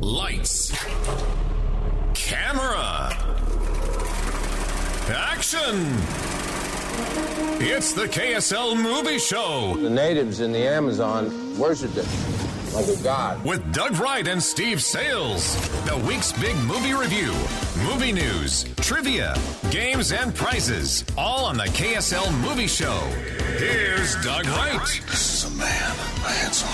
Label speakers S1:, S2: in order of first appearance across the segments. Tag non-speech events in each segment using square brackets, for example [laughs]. S1: Lights. Camera. Action. It's the KSL Movie Show
S2: The natives in the Amazon worshipped it like a god.
S1: with Doug Wright and Steve Sales. The week's big movie review, movie news, trivia, games, and prizes. All on the KSL Movie Show. Here's Doug Wright
S3: This is a man, a handsome,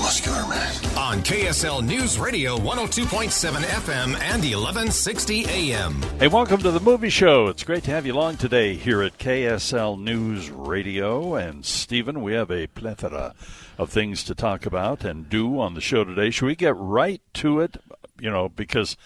S3: muscular man.
S1: on KSL News Radio 102.7 FM and 1160 AM.
S4: Hey, welcome to the movie show. It's great to have you along today here at KSL News Radio. And Stephen, we have a plethora of things to talk about and do on the show today. Should we get right to it? You know, because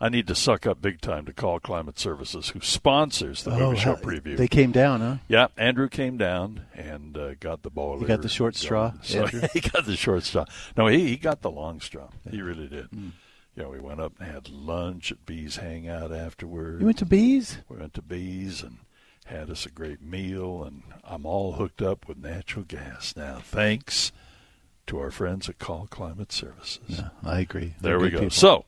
S4: I need to suck up big time to call Climate Services, who sponsors the movie show
S5: how-
S4: preview.
S5: Oh, They came down, huh?
S4: yeah, Andrew came down and uh, got the ball.
S5: He got the short straw,
S4: [laughs] So
S5: Andrew?
S4: he got the short straw. No, he, he got the long straw. He really did.
S5: Mm.
S4: Yeah, we went up and had lunch at Bees Hangout afterwards.
S5: You went to bees?
S4: We went to Bees and had us a great meal, and I'm all hooked up with natural gas now, thanks to our friends at Call Climate Services.
S5: I agree.
S4: There
S5: They're
S4: we
S5: good
S4: go.
S5: people.
S4: So,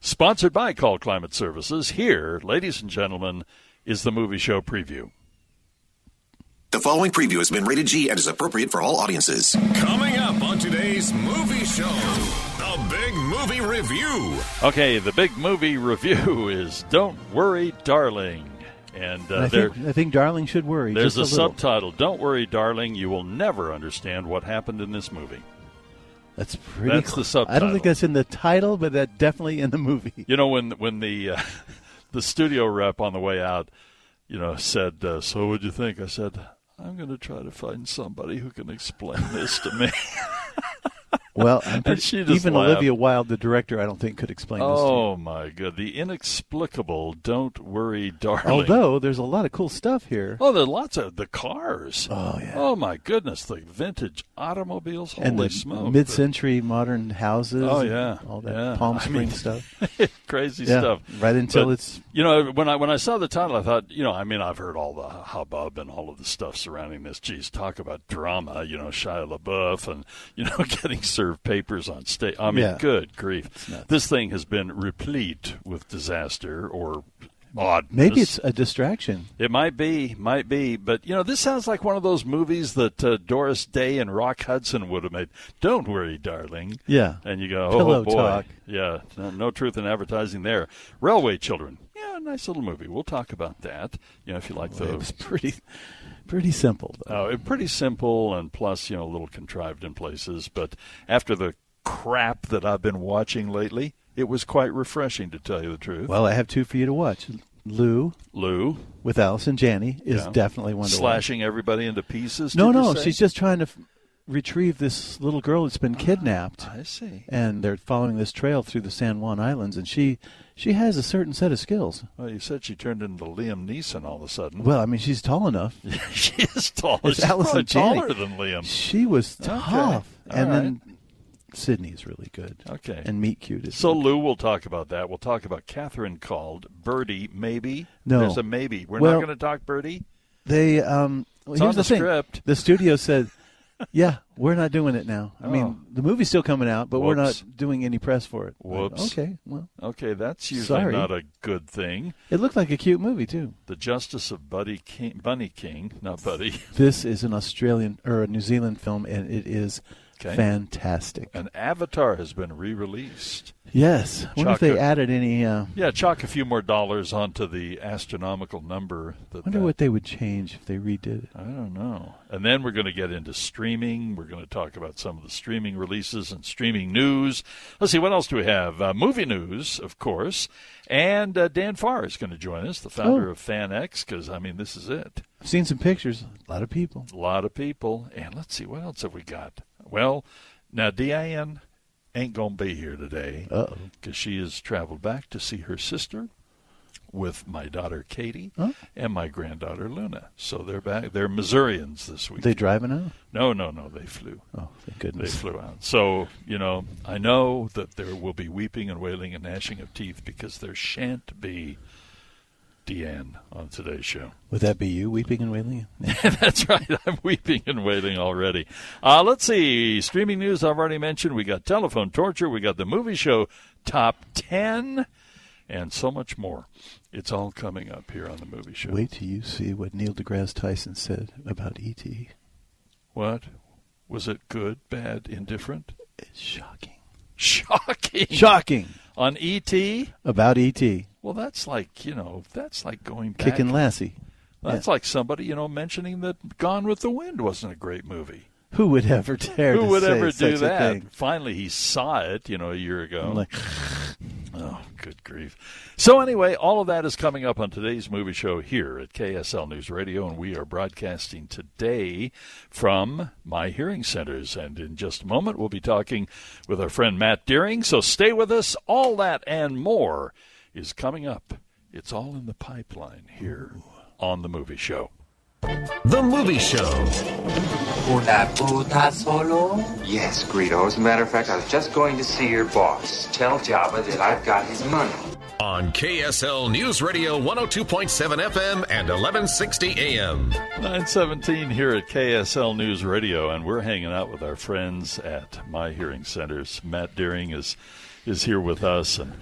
S4: sponsored by Call Climate Services, here, ladies and gentlemen, is the movie show preview.
S3: The following preview has been rated G and is appropriate for all audiences.
S1: Coming up on today's movie show, the big movie review.
S4: Okay, the big movie review [laughs] is Don't Worry, Darling. And uh,
S5: I,
S4: there.
S5: think, I think darling should worry.
S4: There's
S5: just
S4: a
S5: a, little.
S4: subtitle. Don't worry, darling. You will never understand what happened in this movie.
S5: That's pretty.
S4: That's the
S5: I don't
S4: subtitle.
S5: think that's in the title, but that definitely in the movie.
S4: You know, when when the uh, [laughs] the studio rep on the way out, you know, said, uh, "So what'd you think?" I said, "I'm going to try to find somebody who can explain [laughs] this
S5: [laughs]
S4: to me."
S5: [laughs] Well, I'm pretty,
S4: she just
S5: even
S4: laughed.
S5: Olivia Wilde, the director, I don't think could explain
S4: oh my god, the inexplicable. Don't worry,
S5: this. To you.
S4: darling.
S5: Although there's a lot of cool stuff here,
S4: Oh, there are lots of the cars.
S5: Oh, yeah.
S4: Oh my goodness, the vintage automobiles. Holy
S5: and the
S4: smoke!
S5: mid-century modern houses.
S4: Oh,
S5: and
S4: yeah.
S5: all that
S4: Yeah.
S5: Palm
S4: I
S5: Springs
S4: mean- [laughs]
S5: stuff.
S4: crazy
S5: Yeah,
S4: stuff.
S5: right until
S4: But,
S5: it's-
S4: you know when I when I saw the title, I thought you know I mean I've heard all the hubbub and all of the stuff surrounding this. Geez, talk about drama. You know Shia LaBeouf and [laughs] you know getting served papers on stage. I mean,
S5: Yeah.
S4: good grief, this thing has been replete with disaster or odd.
S5: Maybe it's a distraction. [laughs]
S4: It might be, might be, but you know, this sounds like one of those movies that uh, Doris Day and Rock Hudson would have made. Don't worry, darling.
S5: Yeah.
S4: And you
S5: [laughs]
S4: go, oh
S5: Pillow
S4: boy,
S5: talk.
S4: yeah, no, no truth in advertising there. Railway Children, yeah, nice little movie. We'll talk about that. You know, if you like
S5: It was
S4: those.
S5: pretty, pretty simple. Though.
S4: Uh, pretty simple and plus, you know, a little contrived in places. But after the crap that I've been watching lately, it was quite refreshing to tell you the truth.
S5: Well, I have two for you to watch. Lou
S4: Lou
S5: with Allison Janney is
S4: yeah,
S5: definitely one to watch.
S4: slashing everybody into pieces.
S5: No,
S4: did you
S5: no,
S4: say?
S5: she's just trying to f- retrieve this little girl that's been kidnapped,
S4: Ah, I see.
S5: and they're following this trail through the San Juan Islands, and she she has a certain set of skills.
S4: Well, you said she turned into Liam Neeson all of a sudden.
S5: Well, I mean, she's tall enough.
S4: [laughs]
S5: [laughs]
S4: she is taller.
S5: It's
S4: She's probably
S5: Allison Janney.
S4: taller than Liam.
S5: She was tough,
S4: All
S5: and then Sydney's really good.
S4: Okay.
S5: and Meat Cute is
S4: So Lou, we'll talk about that. We'll talk about Catherine called Birdie. Maybe
S5: No.
S4: There's a maybe. We're
S5: Well-
S4: not going to talk Birdie.
S5: They um well,
S4: It's
S5: here's
S4: on
S5: the,
S4: the
S5: thing.
S4: script.
S5: The studio said, "Yeah, we're not doing it now." I mean, the movie's still coming out, but we're
S4: Oh. Whoops.
S5: not doing any press for it. Like,
S4: Whoops.
S5: okay. Well,
S4: Okay, that's usually
S5: Sorry.
S4: not a good thing.
S5: it looked like a cute movie too.
S4: The Justice of Buddy King, Bunny King, not Buddy, [laughs]
S5: This is an Australian or a New Zealand film and it is
S4: Okay.
S5: fantastic.
S4: an Avatar has been re-released.
S5: Yes. wonder if they
S4: Chocolate.
S5: added any uh
S4: Yeah, chalk a few more dollars onto the astronomical number. That
S5: wonder
S4: that-
S5: what they would change if they redid it.
S4: I don't know. And then we're going to get into streaming. We're going to talk about some of the streaming releases and streaming news. Let's see, what else do we have? Uh, movie news, of course. And uh, Dan Farr is going to join us, the founder
S5: Oh.
S4: of FanX, because, I mean, this is it.
S5: I've seen some pictures, a lot of people.
S4: A lot of people. And let's see, what else have we got? Well, Now, Din ain't gonna be here today
S5: Uh-oh.
S4: because she has traveled back to see her sister with my daughter Katie and my granddaughter Luna. So they're back. They're Missourians this week.
S5: They driving out?
S4: no, no, no. They flew.
S5: Oh, thank
S4: They
S5: goodness.
S4: flew out. So, you know, I know that there will be weeping and wailing and gnashing of teeth because there shan't be Deanne on today's show. [laughs]
S5: Would that be you weeping and wailing?
S4: That's right. I'm weeping and wailing already. Uh, let's see. Streaming news I've already mentioned. We got telephone torture. We got the movie show top 10 and so much more. It's all coming up here on the movie show.
S5: Wait till you see what Neil deGrasse Tyson said about E E.T.
S4: What? Was it good, bad, indifferent? [laughs]
S5: It's shocking.
S4: Shocking.
S5: Shocking
S4: on E E.T.?
S5: about E.T.
S4: Well, that's like, you know, that's like going back.
S5: Kicking Lassie.
S4: That's like somebody, you know, mentioning that Gone with the Wind wasn't a great movie.
S5: Who would ever dare?
S4: Who
S5: to
S4: would
S5: say
S4: ever
S5: such
S4: do
S5: a
S4: that?
S5: thing?
S4: Finally, he saw it, you know, a year ago.
S5: I'm like,
S4: Oh, good grief. So, anyway, all of that is coming up on today's movie show here at KSL News Radio, and we are broadcasting today from my hearing centers. And in just a moment, we'll be talking with our friend Matt Deering. So, stay with us. All that and more is coming up. It's all in the pipeline here on the movie show.
S1: The movie show.
S6: Una puta solo? Yes, Greedo. As a matter of fact, I was just going to see your boss. Tell Jabba that I've got his money.
S1: On KSL News Radio 102.7 FM and 1160 AM.
S4: 917 here at KSL News Radio, and we're hanging out with our friends at My Hearing Centers. Matt Deering is is here with us, and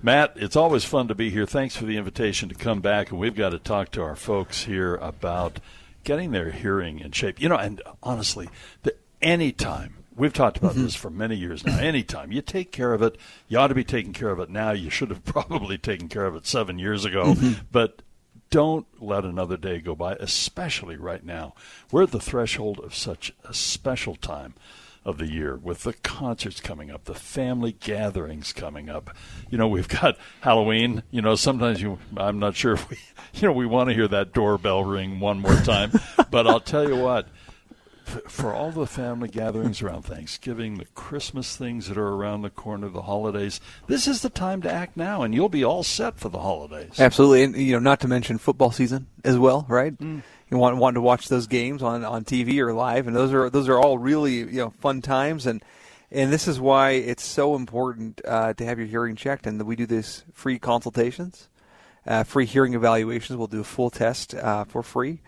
S4: Matt, it's always fun to be here. Thanks for the invitation to come back, and we've got to talk to our folks here about getting their hearing in shape. You know, and honestly, the, anytime we've talked about this for many years now, anytime you take care of it, you ought to be taking care of it now. You should have [laughs] probably taken care of it seven years ago, but don't let another day go by, especially right now. We're at the threshold of such a special time of the year with the concerts coming up, the family gatherings coming up. You know, we've got Halloween. You know, sometimes you, I'm not sure if we, [laughs] you know, we want to hear that doorbell ring one more time, but I'll tell you what for all the family gatherings around Thanksgiving, the Christmas things that are around the corner, the holidays, this is the time to act now, and you'll be all set for the holidays.
S7: Absolutely, and you know, not to mention football season as well, right? You want want to watch those games on, on TV or live, and those are those are all really you know fun times, and and this is why it's so important uh, to have your hearing checked, and we do this free consultations, uh, free hearing evaluations. We'll do a full test uh, for free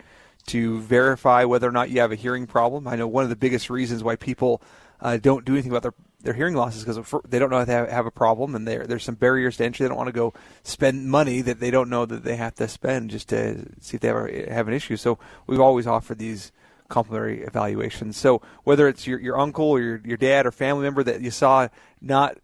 S7: to verify whether or not you have a hearing problem. I know one of the biggest reasons why people uh, don't do anything about their their hearing loss is because they don't know if they have, have a problem, and there there's some barriers to entry. They don't want to go spend money that they don't know that they have to spend just to see if they ever have an issue. So we've always offered these complimentary evaluations. So whether it's your your uncle or your your dad or family member that you saw not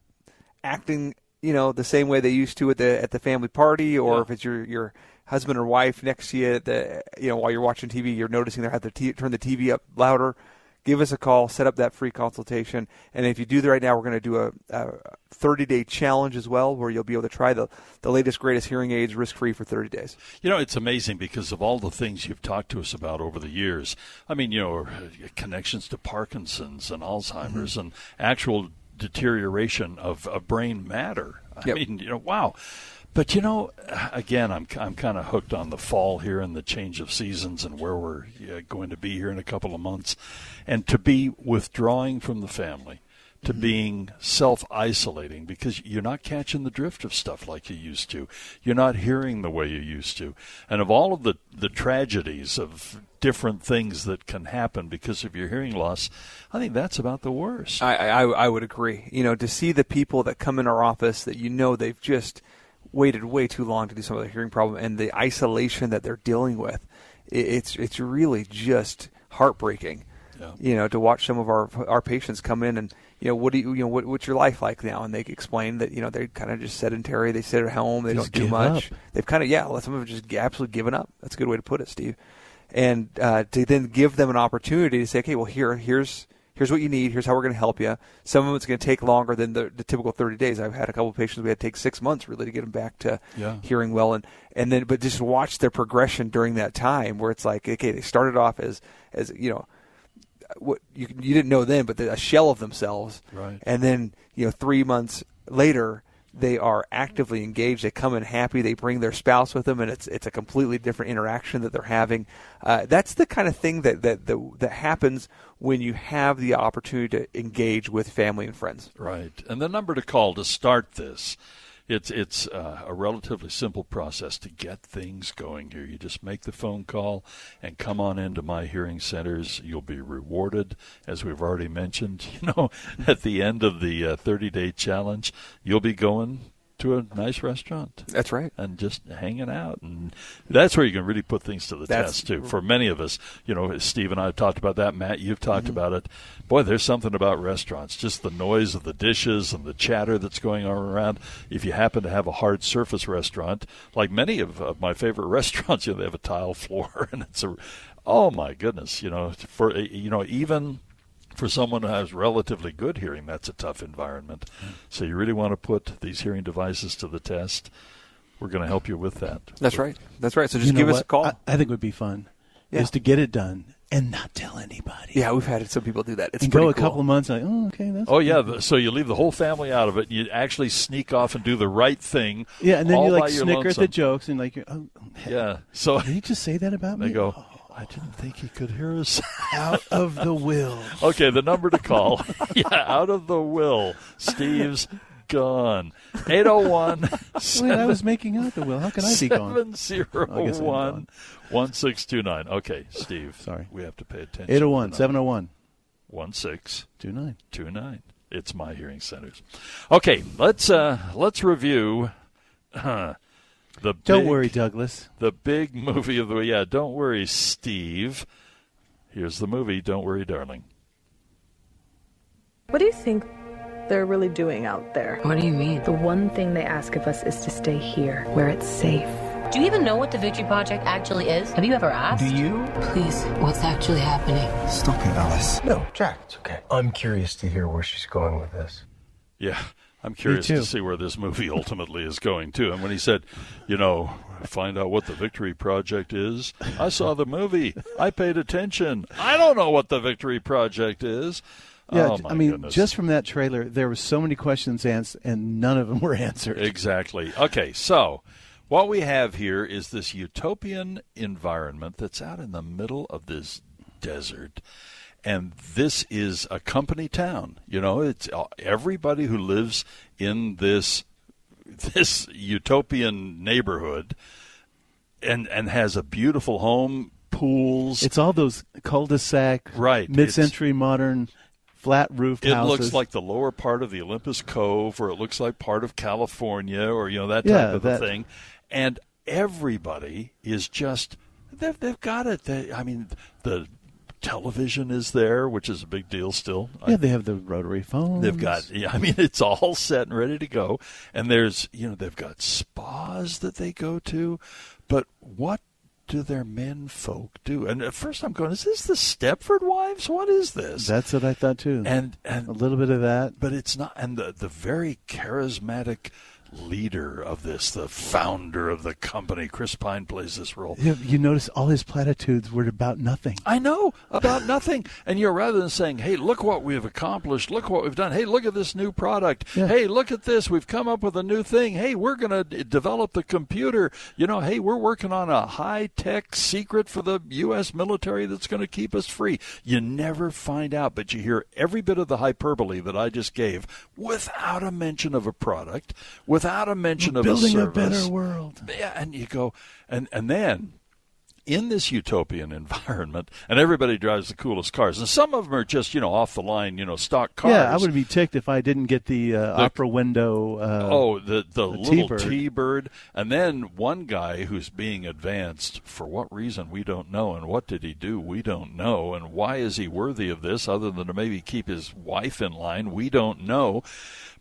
S7: acting, you know, the same way they used to at the at the family party, or if it's your your husband or wife next to you, at the you know, while you're watching TV, you're noticing they have to t- turn the TV up louder. Give us a call, set up that free consultation, and if you do that right now, we're going to do a, a 30-day challenge as well, where you'll be able to try the the latest greatest hearing aids risk-free for 30 days.
S4: You know, it's amazing because of all the things you've talked to us about over the years. I mean, you know, connections to Parkinson's and Alzheimer's and actual deterioration of, of brain matter. I
S7: Yep.
S4: mean, you know, wow. But you know, again, I'm I'm kind of hooked on the fall here and the change of seasons and where we're yeah, going to be here in a couple of months, and to be withdrawing from the family, to being self isolating because you're not catching the drift of stuff like you used to. You're not hearing the way you used to. And of all of the, the tragedies of different things that can happen because of your hearing loss, I think that's about the worst.
S7: I, I I would agree. You know, to see the people that come in our office that you know they've just waited way too long to do some of their hearing problem and the isolation that they're dealing with, it, it's it's really just heartbreaking.
S4: Yeah.
S7: You know, to watch some of our our patients come in and you know what do you you know what, what's your life like now? And they explain that you know they're kind of just sedentary. They sit at home. They
S5: Just
S7: don't do
S5: give
S7: much.
S5: up.
S7: They've kind of yeah. Some of them just absolutely given up. That's a good way to put it, Steve. And uh, to then give them an opportunity to say, okay, well here here's here's what you need. Here's how we're going to help you. Some of it's going to take longer than the, the typical 30 days. I've had a couple of patients we had to take six months really to get them back to
S4: Yeah.
S7: hearing well, and and then but just watch their progression during that time where it's like okay, they started off as as you know what you you didn't know then, but they're a shell of themselves.
S4: Right.
S7: And then you know, three months later, they are actively engaged. They come in happy. They bring their spouse with them, and it's it's a completely different interaction that they're having. Uh, that's the kind of thing that that that, that happens when you have the opportunity to engage with family and friends.
S4: Right. And the number to call to start this, it's it's uh, a relatively simple process to get things going here. You just make the phone call and come on into my hearing centers. You'll be rewarded, as we've already mentioned. [laughs] You know, at the end of the uh, 30-day challenge, you'll be going to a nice restaurant
S7: That's right.
S4: and just hanging out and that's where you can really put things to the
S7: That's-
S4: test too for many of us you know steve and i have talked about that matt you've talked about it boy there's something about restaurants just the noise of the dishes and the chatter that's going on around if you happen to have a hard surface restaurant like many of, of my favorite [laughs] restaurants you know they have a tile floor [laughs] and it's a oh my goodness you know for eh, you know even for someone who has relatively good hearing, that's a tough environment. So you really want to put these hearing devices to the test. We're going to help you with that.
S7: That's right. That's right. So just
S5: You know
S7: give us
S5: what?
S7: a call.
S5: I, I think would be fun
S7: Yeah.
S5: is to get it done and not tell anybody.
S7: yeah, we've had some people do that. It's
S5: and go
S7: pretty
S5: a
S7: cool.
S5: couple of months like, oh, okay, that's
S4: Oh yeah, th- so you leave the whole family out of it. You actually sneak off and do the right thing.
S5: yeah, and then
S4: all
S5: you
S4: by
S5: like
S4: your
S5: snicker at the
S4: lonesome.
S5: jokes and like, you're, oh,
S4: Yeah. So [laughs]
S5: did he just say that about me?
S4: they go.
S5: Oh,
S4: I didn't think he could hear us.
S5: out of the will.
S4: [laughs] okay, the number to
S5: [laughs]
S4: call. yeah, out of the will. Steve's gone.
S5: [laughs]
S4: 801
S5: Wait, I was making out the will. How can I be gone?
S4: Seven zero
S5: I guess I'm
S4: one
S5: gone.
S4: one six two nine. Okay, Steve.
S5: Sorry.
S4: we have to pay attention.
S5: 801 701
S4: one six
S5: 29.
S4: two nine. It's my hearing centers. Okay, let's uh let's review. [clears throat] huh, the
S5: Don't
S4: big,
S5: worry, Douglas.
S4: The big movie of the yeah. Don't worry, Steve. Here's the movie. Don't worry, darling.
S8: What do you think they're really doing out there? What do you mean? The one thing they ask of us is to stay here, where it's safe.
S9: Do you even know what the Victory Project actually is? Have you ever asked? Do you? Please, what's actually happening?
S2: Stop it, Alice. No, Jack, it's okay. I'm curious to hear where she's going with this.
S4: Yeah, I'm curious
S5: too.
S4: to see where this movie [laughs] ultimately is going too. And when he said, you know, find out what the Victory Project is, I saw the movie. I paid attention. I don't know what the Victory Project is.
S5: Yeah,
S4: oh,
S5: j-
S4: my
S5: I mean,
S4: goodness.
S5: just from that trailer, there were so many questions ans- and none of them were [laughs] answered.
S4: Exactly. Okay, so what we have here is this utopian environment that's out in the middle of this desert. And this is a company town. You know, it's uh, everybody who lives in this [laughs] this utopian neighborhood and and has a beautiful home, pools.
S5: It's all those cul-de-sac,
S4: Right, it's-
S5: mid-century modern, flat roof
S4: it
S5: houses.
S4: looks like the lower part of the Olympus Cove, or it looks like part of California, or you know that type
S5: Yeah,
S4: of a
S5: that-
S4: thing. And everybody is just they've they've got it. They, I mean, the television is there, which is a big deal still. I
S5: yeah, they have the rotary phones.
S4: They've got, yeah, I mean, it's all set and ready to go. And there's, you know, they've got spas that they go to. But what do their men folk do? And at first I'm going, is this the Stepford Wives? What is this?
S5: That's what I thought too.
S4: and, and
S5: a little bit of that.
S4: but it's not and the the very charismatic leader of this the founder of the company chris pine plays this role
S5: You, you notice all his platitudes were about nothing.
S4: i know about nothing and you know rather than saying hey look what we've accomplished look what we've done hey look at this new product
S5: Yeah.
S4: hey look at this we've come up with a new thing hey we're going to d- develop the computer you know hey we're working on a high-tech secret for the us military that's going to keep us free you never find out but you hear every bit of the hyperbole that i just gave without a mention of a product without a mention of
S5: Building
S4: a
S5: a
S4: service
S5: better world.
S4: yeah, and you go, and and then in this utopian [laughs] environment, and everybody drives the coolest cars, and some of them are just you know off the line, you know, stock cars.
S5: Yeah, I would be ticked if I didn't get the, uh, opera window. Uh,
S4: Oh, the the, little
S5: T-bird.
S4: T-bird, and then one guy who's being advanced for what reason we don't know, and what did he do we don't know, and why is he worthy of this other than to maybe keep his wife in line we don't know,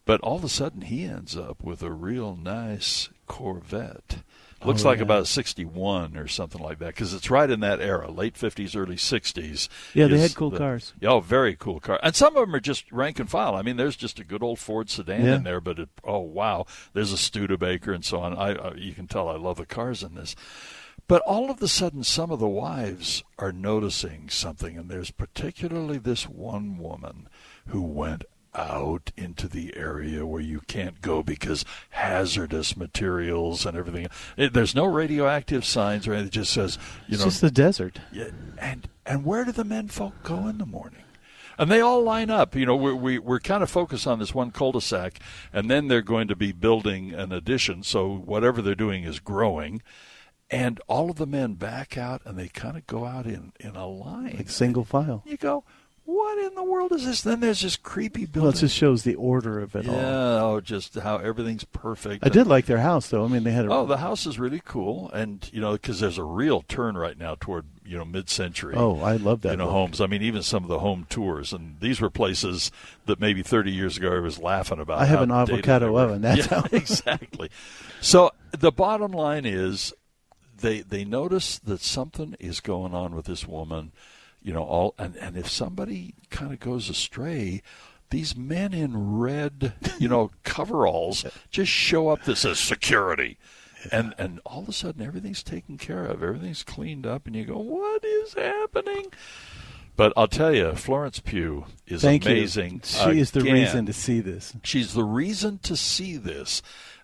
S4: but all of a sudden he ends up with a real nice Corvette.
S5: Oh,
S4: Looks like about 61 or something like that because it's right in that era, late 50s, early 60s.
S5: Yeah, they
S4: is
S5: had cool cars.
S4: yeah, Oh, very cool car. And some of them are just rank and file. I mean, there's just a good old Ford sedan
S5: Yeah.
S4: in there, but it, oh wow, there's a Studebaker and so on. I, I you can tell I love the cars in this. But all of a sudden, some of the wives are noticing something, and there's particularly this one woman who went out into the area where you can't go because hazardous materials and everything. It- there's no radioactive signs or anything. It just says, you
S5: It's
S4: know,
S5: just the desert.
S4: yeah, and and where do the men folk go in the morning? And they all line up. You know, we're, we, we're kind of focused on this one cul-de-sac, and then they're going to be building an addition. So whatever they're doing is growing, and all of the men back out, and they kind of go out in in a line.
S5: Like single file.
S4: You go, what in the world is this? Then there's this creepy building.
S5: Well, it just shows the order of it all.
S4: yeah, oh, just how everything's perfect.
S5: I did like their house though. I mean, they had a
S4: Oh, the house is really cool, and you know, because there's a real turn right now toward you know mid-century.
S5: Oh, I love that
S4: You know,
S5: look.
S4: homes. I mean, even some of the home tours, and these were places that maybe 30 years ago I was laughing about.
S5: I have
S4: how
S5: an
S4: dated
S5: avocado
S4: they were.
S5: oven, that's
S4: [laughs] yeah,
S5: how-
S4: exactly. So the bottom line is, they they notice that something is going on with this woman. You know, all and and if somebody kind of goes astray. These men in red, you
S5: [laughs]
S4: know, coveralls just show up. This is security, and and all of a sudden everything's taken care of, everything's cleaned up, and you go, what is happening? But I'll tell you, Florence Pugh is
S5: Thank you.
S4: amazing.
S5: She is the
S4: again.
S5: reason to see this.
S4: She's the reason to see this.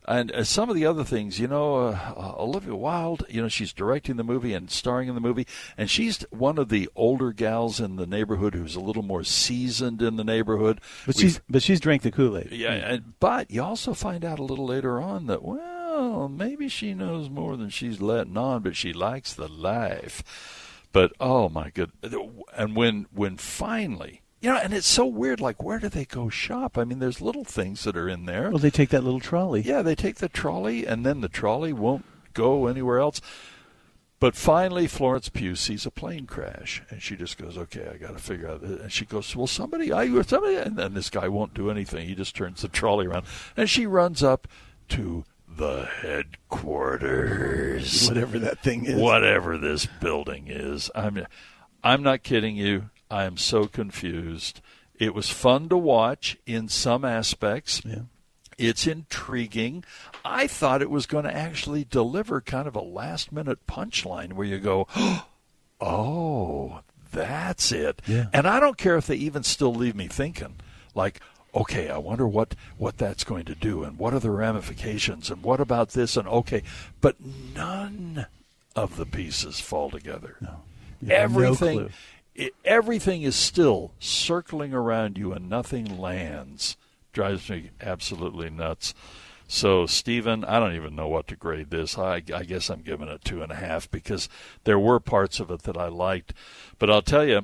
S4: And uh, some of the other things, you know, uh, uh, Olivia Wilde, you know, she's directing the movie and starring in the movie, and she's one of the older gals in the neighborhood who's a little more seasoned in the neighborhood.
S5: but
S4: We've-
S5: she's but she's drank the Kool Aid.
S4: yeah, and, but you also find out a little later on that well, maybe she knows more than she's letting on, but she likes the life. But oh my good, and when when finally. You know, and it's so weird. Like, where do they go shop? I mean, there's little things that are in there.
S5: Well, they take that little trolley.
S4: Yeah, they take the trolley, and then the trolley won't go anywhere else. But finally, Florence Pugh sees a plane crash, and she just goes, "Okay, I got to figure out." This. And she goes, "Well, somebody, I somebody," and then this guy won't do anything. He just turns the trolley around, and she runs up to the headquarters,
S5: Whatever that thing is.
S4: whatever this building is. I'm, I'm not kidding you. I am so confused. It was fun to watch in some aspects. Yeah. It's intriguing. I thought it was going to actually deliver kind of a last minute punchline where you go, oh, that's it.
S5: Yeah.
S4: And I don't care if they even still leave me thinking, like, okay, I wonder what, what that's going to do and what are the ramifications and what about this and okay. But none of the pieces fall together. No.
S5: You have no
S4: Everything.
S5: clue.
S4: It, everything is still circling around you and nothing lands. Drives me absolutely nuts. So, Stephen, I don't even know what to grade this. I, I guess I'm giving it two and a half because there were parts of it that I liked. But I'll tell you,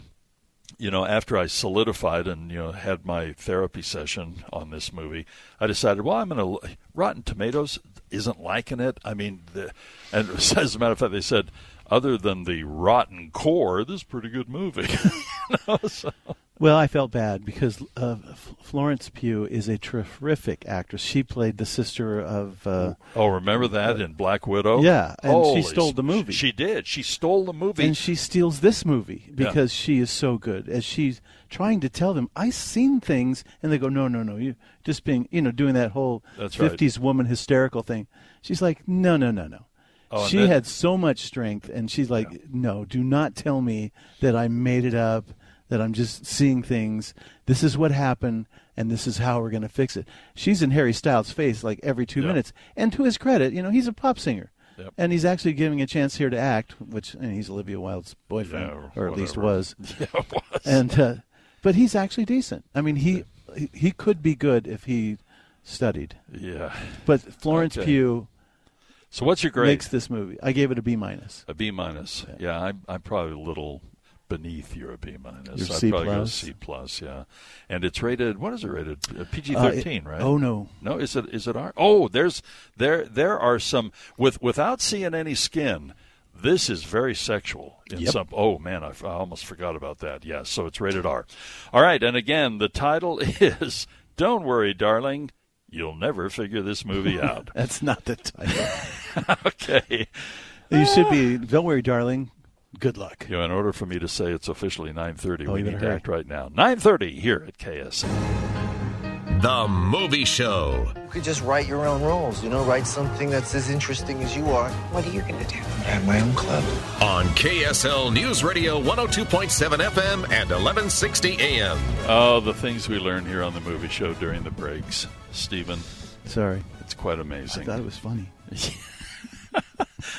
S4: you know, after I solidified and you know had my therapy session on this movie, I decided, well, I'm gonna. Rotten Tomatoes isn't liking it. I mean, the, and [laughs] as a matter of fact, they said, other than the rotten core, this is a pretty good movie. [laughs] You know, so-
S5: Well, I felt bad because uh, F- Florence Pugh is a terrific actress. She played the sister of. Uh,
S4: oh, remember that in Black Widow?
S5: Yeah, and she
S4: Holy-
S5: stole the movie.
S4: She did. She stole the movie.
S5: and she steals this movie
S4: Yeah.
S5: because she is so good. As she's trying to tell them, I've seen things, and they go, "No, no, no!" You just being, you know, doing that whole
S4: That's right.
S5: '50s woman hysterical thing. She's like, "No, no, no, no."
S4: Oh, and
S5: she
S4: that-
S5: had so much strength, and she's like, "No, do not tell me that I made it up, that I'm just seeing things. This is what happened, and this is how we're going to fix it." She's in Harry Styles' face like every two
S4: Yeah.
S5: minutes, and to his credit, you know, he's a pop singer.
S4: Yep.
S5: And he's actually giving a chance here to act, which and he's Olivia Wilde's boyfriend,
S4: Yeah,
S5: or, at least
S4: whatever.
S5: was.
S4: Yeah, [laughs] it was.
S5: And uh, but he's actually decent. I mean, he he- he could be good if he studied.
S4: yeah.
S5: But Florence
S4: Okay.
S5: Pugh
S4: So what's your grade?
S5: makes this movie. I gave it a B minus.
S4: A B minus. Yeah, I'm, I'm probably a little beneath your B minus.
S5: Your
S4: I'd
S5: C
S4: probably go
S5: plus?
S4: C plus. Yeah, and it's rated. What is it rated? PG thirteen,
S5: Uh, it-
S4: right?
S5: oh, no.
S4: no. Is it is it R? Oh, there's there there are some with without seeing any skin. This is very sexual. In
S5: Yep.
S4: some, oh man, I, f- I almost forgot about that. Yeah, so it's rated R. All right, and again, the title [laughs] is "Don't Worry, Darling." You'll never figure this movie out. [laughs]
S5: That's not the title.
S4: okay.
S5: you should be. Don't worry, darling. Good luck.
S4: You know, in order for me to say it's officially 9:30,
S5: Oh,
S4: we need
S5: you better
S4: to
S5: hurry.
S4: act right now. 9:30 here at KSL.
S10: The Movie Show.
S11: You could just write your own rules, you know, write something that's as interesting as you are. What are you going to do?
S3: At my own club.
S1: On KSL News Radio 102.7 FM and 1160 AM.
S4: Oh, the things we learn here on the movie show during the breaks, Stephen.
S5: Sorry.
S4: It's quite amazing.
S5: I thought it
S4: [laughs]
S5: was funny.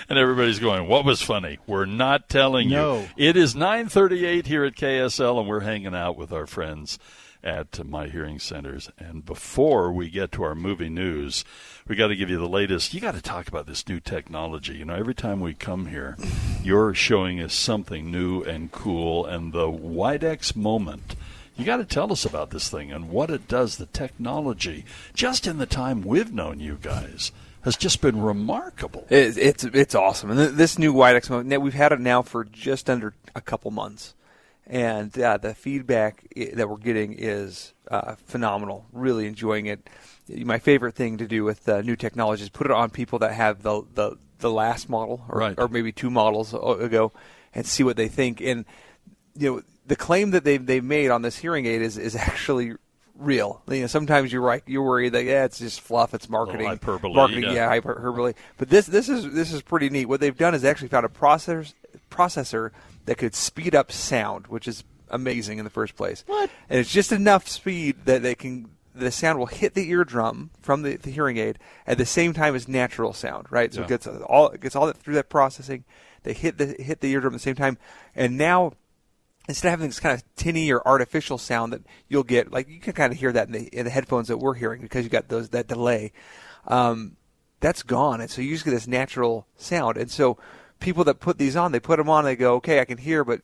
S4: and everybody's going, "What was funny?" We're not telling
S5: No.
S4: you. It is 9:38 here at KSL and we're hanging out with our friends at My Hearing Centers. And before we get to our movie news, we got to give you the latest. You got to talk about this new technology. You know, every time we come here, you're showing us something new and cool and the Widex moment. You got to tell us about this thing and what it does, the technology, just in the time we've known you guys, has just been remarkable.
S7: It, it's it's awesome, and th- this new Widex moment now, we've had it now for just under a couple months, and uh, the feedback i- that we're getting is uh, phenomenal. Really enjoying it. My favorite thing to do with uh, new technology is put it on people that have the the, the last model, or,
S4: Right.
S7: or maybe two models a- ago, and see what they think. And you know the claim that they they made on this hearing aid is is actually real. You know, sometimes you're right, you're worried that yeah, it's just fluff, it's marketing,
S4: hyperbole,
S7: marketing,
S4: yeah.
S7: yeah, hyperbole. But this this is this is pretty neat. What they've done is they actually found a processor processor that could speed up sound, which is amazing in the first place. What? And it's just enough speed that they can the sound will hit the eardrum from the, the hearing aid at the same time as natural sound, right? So it
S12: Yeah.
S7: gets all it gets all that through that processing. They hit the hit the eardrum at the same time, and now instead of having this kind of tinny or artificial sound that you'll get, like you can kind of hear that in the, in the headphones that we're hearing because you got those that delay. Um, that's gone, and so you just get this natural sound. And so people that put these on, they put them on, they go, okay, I can hear, but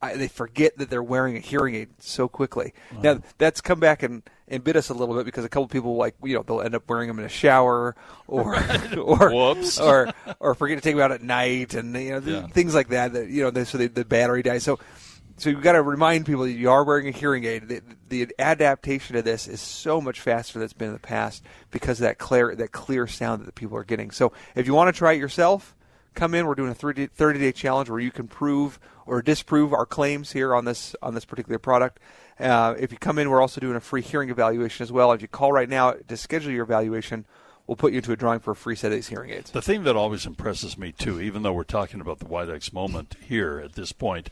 S7: I, they forget that they're wearing a hearing aid so quickly. Now that's come back and, and bit us a little bit because a couple people like you know they'll end up wearing them in a shower or or
S4: Whoops.
S7: [laughs] or or forget to take them out at night and you know th-
S4: Yeah.
S7: things like that that you know they, so they, the battery dies so. So you've got to remind people that you are wearing a hearing aid. The, the adaptation to this is so much faster than it's been in the past because of that clear that clear sound that the people are getting. So if you want to try it yourself, come in. We're doing a 30 day challenge where you can prove or disprove our claims here on this on this particular product. Uh, if you come in, we're also doing a free hearing evaluation as well. If you call right now to schedule your evaluation, we'll put you into a drawing for a free set of these hearing aids.
S4: The thing that always impresses me too, even though we're talking about the Widex moment here at this point,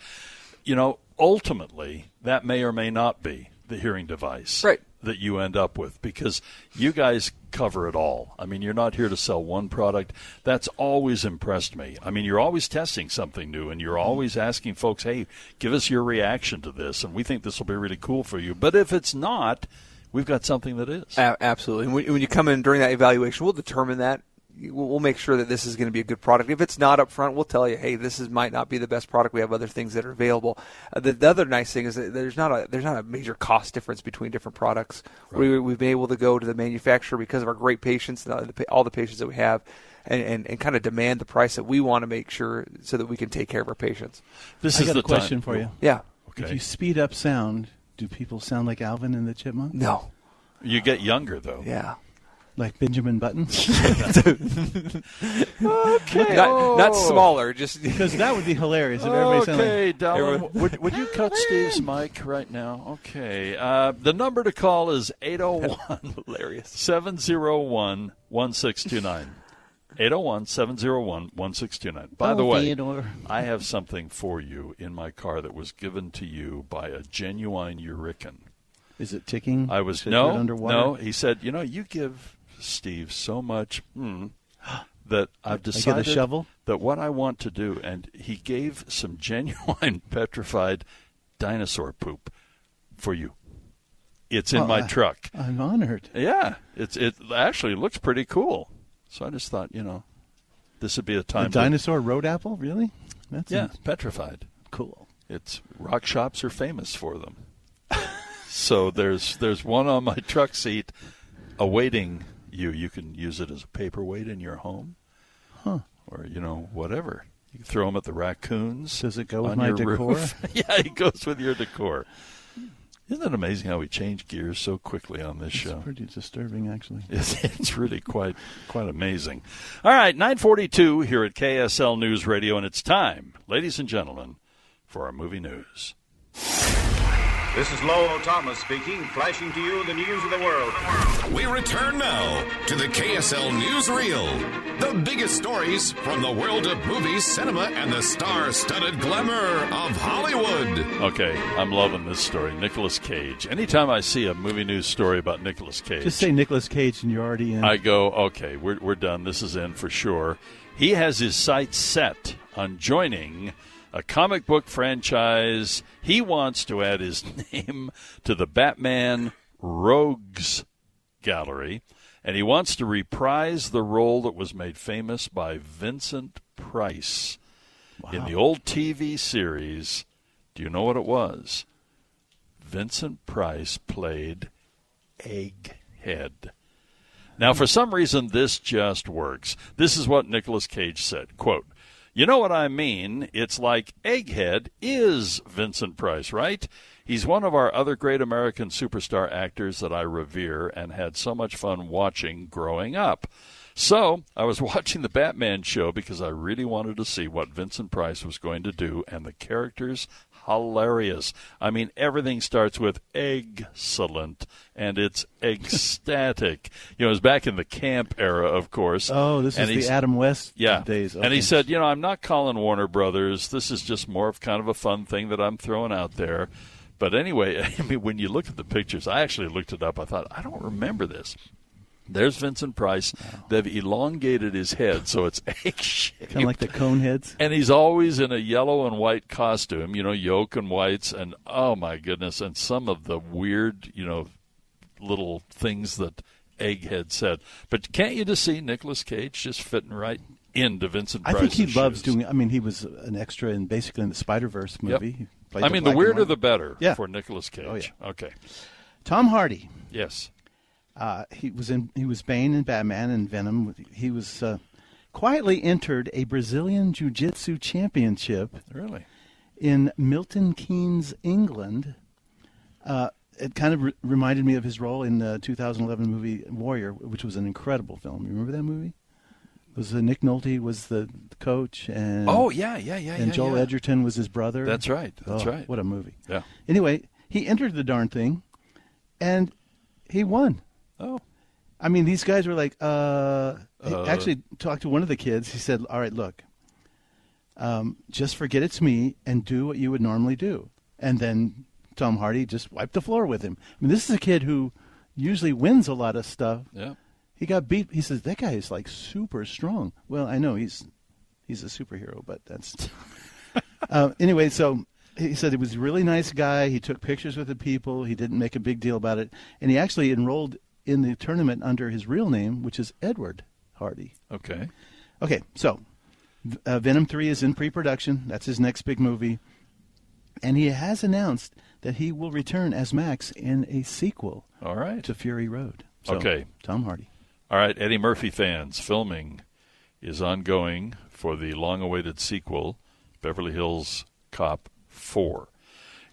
S4: you know, ultimately that may or may not be the hearing device right. that you end up with because you guys cover it all. I mean, you're not here to sell one product. That's always impressed me. I mean, you're always testing something new and you're always asking folks, "Hey, give us your reaction to this and we think this will be really cool for you." But if it's not, we've got something that is.
S5: Uh,
S7: A- absolutely. And when, when you come in during that evaluation, we'll determine that. We'll we'll make sure that this is going to be a good product. If it's not up front, we'll tell you, hey, this is might not be the best product. We have other things that are available. Uh, the, the other nice thing is that there's not a there's not a major cost difference between different products. We, we've been able to go to the manufacturer because of our great patients and all the, pa- all the patients that we have, and, and, and kind of demand the price that we want to make sure so that we can take care of our patients.
S4: This
S5: I got a question for you.
S7: Yeah.
S5: If you speed up sound, do people sound like Alvin and the Chipmunks?
S7: No.
S4: You get younger though.
S7: Yeah.
S5: Like
S4: [laughs]
S5: Benjamin Button?
S4: okay.
S7: Not- not smaller, just-
S5: because that would be hilarious if everybody sounded
S4: Okay,
S5: like
S4: Dallin, would, would you cut Steve's mic right now? Okay. Uh, the number to call is
S5: [laughs]
S4: 801
S7: hilarious
S4: 701 1629. 801 701 1629. By
S5: Oh,
S4: the way,
S5: Theodore.
S4: I have something for you in my car that was given to you by a genuine Urican.
S5: Is it ticking?
S4: I was
S5: Sacred
S4: no,
S5: underwater?
S4: no. He said, "You know, you give Steve so much hmm, that I've
S5: get a
S4: decided
S5: shovel?
S4: that what I want to do." And he gave some [laughs] genuine petrified dinosaur poop for you. It's in
S5: Well,
S4: my
S5: I-
S4: truck.
S5: I'm honored.
S4: Yeah, it's it actually looks pretty cool. So I just thought, you know, this would be a time.
S5: The
S4: to-
S5: dinosaur road apple? Really? That's
S4: yeah, petrified.
S5: Cool.
S4: It's rock shops are famous for them. [laughs] so there's there's one on my truck seat awaiting you. You can use it as a paperweight in your home.
S5: Huh.
S4: Or you know whatever. You can throw them at the raccoons.
S5: Does it go with
S4: on [laughs]
S5: my
S4: your
S5: decor?
S4: roof. yeah, it goes with your decor. Isn't it amazing how we change gears so quickly on this show?
S5: Pretty disturbing, actually.
S4: [laughs] It's, it's really quite quite amazing. All right, 942 here at KSL News Radio, and it's time, ladies and gentlemen, for our movie news.
S12: This is Lowell Thomas speaking, flashing to you the news of the world.
S1: We return now to the KSL Newsreel. The biggest stories from the world of movies, cinema, and the star studded glamour of Hollywood.
S4: Okay, I'm loving this story. Nicolas Cage. Anytime I see a movie news story about Nicolas Cage,
S5: Just say Nicolas Cage and you're already in.
S4: I go, okay, we're, we're done. This is in for sure. He has his sights set on joining a comic book franchise. He wants to add his [laughs] name to the Batman Rogues Gallery, and he wants to reprise the role that was made famous by Vincent Price in the old TV series. Do you know what it was? Vincent Price played Egghead. Now, for some reason, this just works. This is what Nicolas Cage said. Quote, you know what I mean? It's like Egghead is Vincent Price, right? He's one of our other great American superstar actors that I revere and had so much fun watching growing up. So, I was [laughs] watching the Batman show because I really wanted to see what Vincent Price was going to do, and the character's hilarious. I mean, everything starts with excellent, and it's ecstatic. you know, it was back in the camp era, of course.
S5: Oh, this
S4: and
S5: is
S4: he's-
S5: the Adam West
S4: yeah.
S5: days.
S4: And
S5: Okay.
S4: he said, you know, I'm not calling Warner Brothers. This is just more of kind of a fun thing that I'm throwing out there. But anyway, [laughs] I mean, when you look at the pictures, I actually looked it up. I thought, I don't remember this. There's Vincent Price. They've elongated his head, so it's [laughs] egg shaped.
S5: kind of like the Coneheads.
S4: And he's always in a yellow and white costume, you know, yoke and whites, and oh my goodness, and some of the weird, you know, little things that Egghead said. But can't you just see Nicolas Cage just fitting right into Vincent
S5: I
S4: Price's
S5: think he
S4: shoes?
S5: loves doing. I mean, he was an extra in basically in the Spider Verse
S4: Yep.
S5: movie. He played
S4: I mean, the
S5: black and
S4: weirder
S5: white-
S4: the better
S5: Yeah.
S4: for Nicolas Cage. Okay.
S5: Tom Hardy.
S4: Yes.
S5: Uh, he was in. He was Bane in Batman and Venom. He was uh, quietly entered a Brazilian Jiu Jitsu championship.
S4: Really?
S5: In Milton Keynes, England. Uh, it kind of re- reminded me of his role in the 2011 movie Warrior, which was an incredible film. You remember that movie? It was uh, Nick Nolte was the coach and
S4: Oh, yeah, yeah, yeah,
S5: and
S4: yeah,
S5: Joel
S4: yeah.
S5: Edgerton was his brother.
S4: That's right, that's
S5: Oh,
S4: right.
S5: What a movie!
S4: Yeah.
S5: Anyway, he entered the darn thing, and he won.
S4: Oh.
S5: I mean, these guys were like, uh, he
S4: Uh.
S5: actually talked to one of the kids. He said, "All right, look, um, just forget it's me and do what you would normally do." And then Tom Hardy just wiped the floor with him. I mean, this is a kid who usually wins a lot of stuff.
S4: Yeah.
S5: He got beat. He says that guy is like super strong. Well, I know he's he's a superhero, but that's [laughs] uh, anyway. So he said he was a really nice guy. He took pictures with the people. He didn't make a big deal about it, and he actually enrolled in the tournament under his real name, which is Edward Hardy.
S4: Okay.
S5: Okay, so uh, Venom 3 is in pre production. That's his next big movie. And he has announced that he will return as Max in a sequel
S4: All right.
S5: to Fury Road. So,
S4: Okay.
S5: Tom Hardy.
S4: All right, Eddie Murphy fans, filming is ongoing for the long awaited sequel, Beverly Hills Cop 4.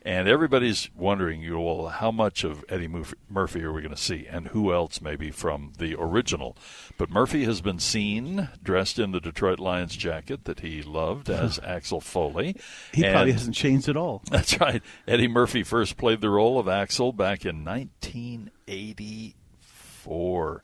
S4: And everybody's wondering, you know, well, how much of Eddie Murphy- Murphy are we going to see, and who else maybe from the original? But Murphy has been seen dressed in the Detroit Lions jacket that he
S5: [laughs]
S4: loved as Axel Foley.
S5: He probably
S4: And-
S5: hasn't changed at all.
S4: [laughs] that's right. Eddie Murphy first played the role of Axel back in 1984.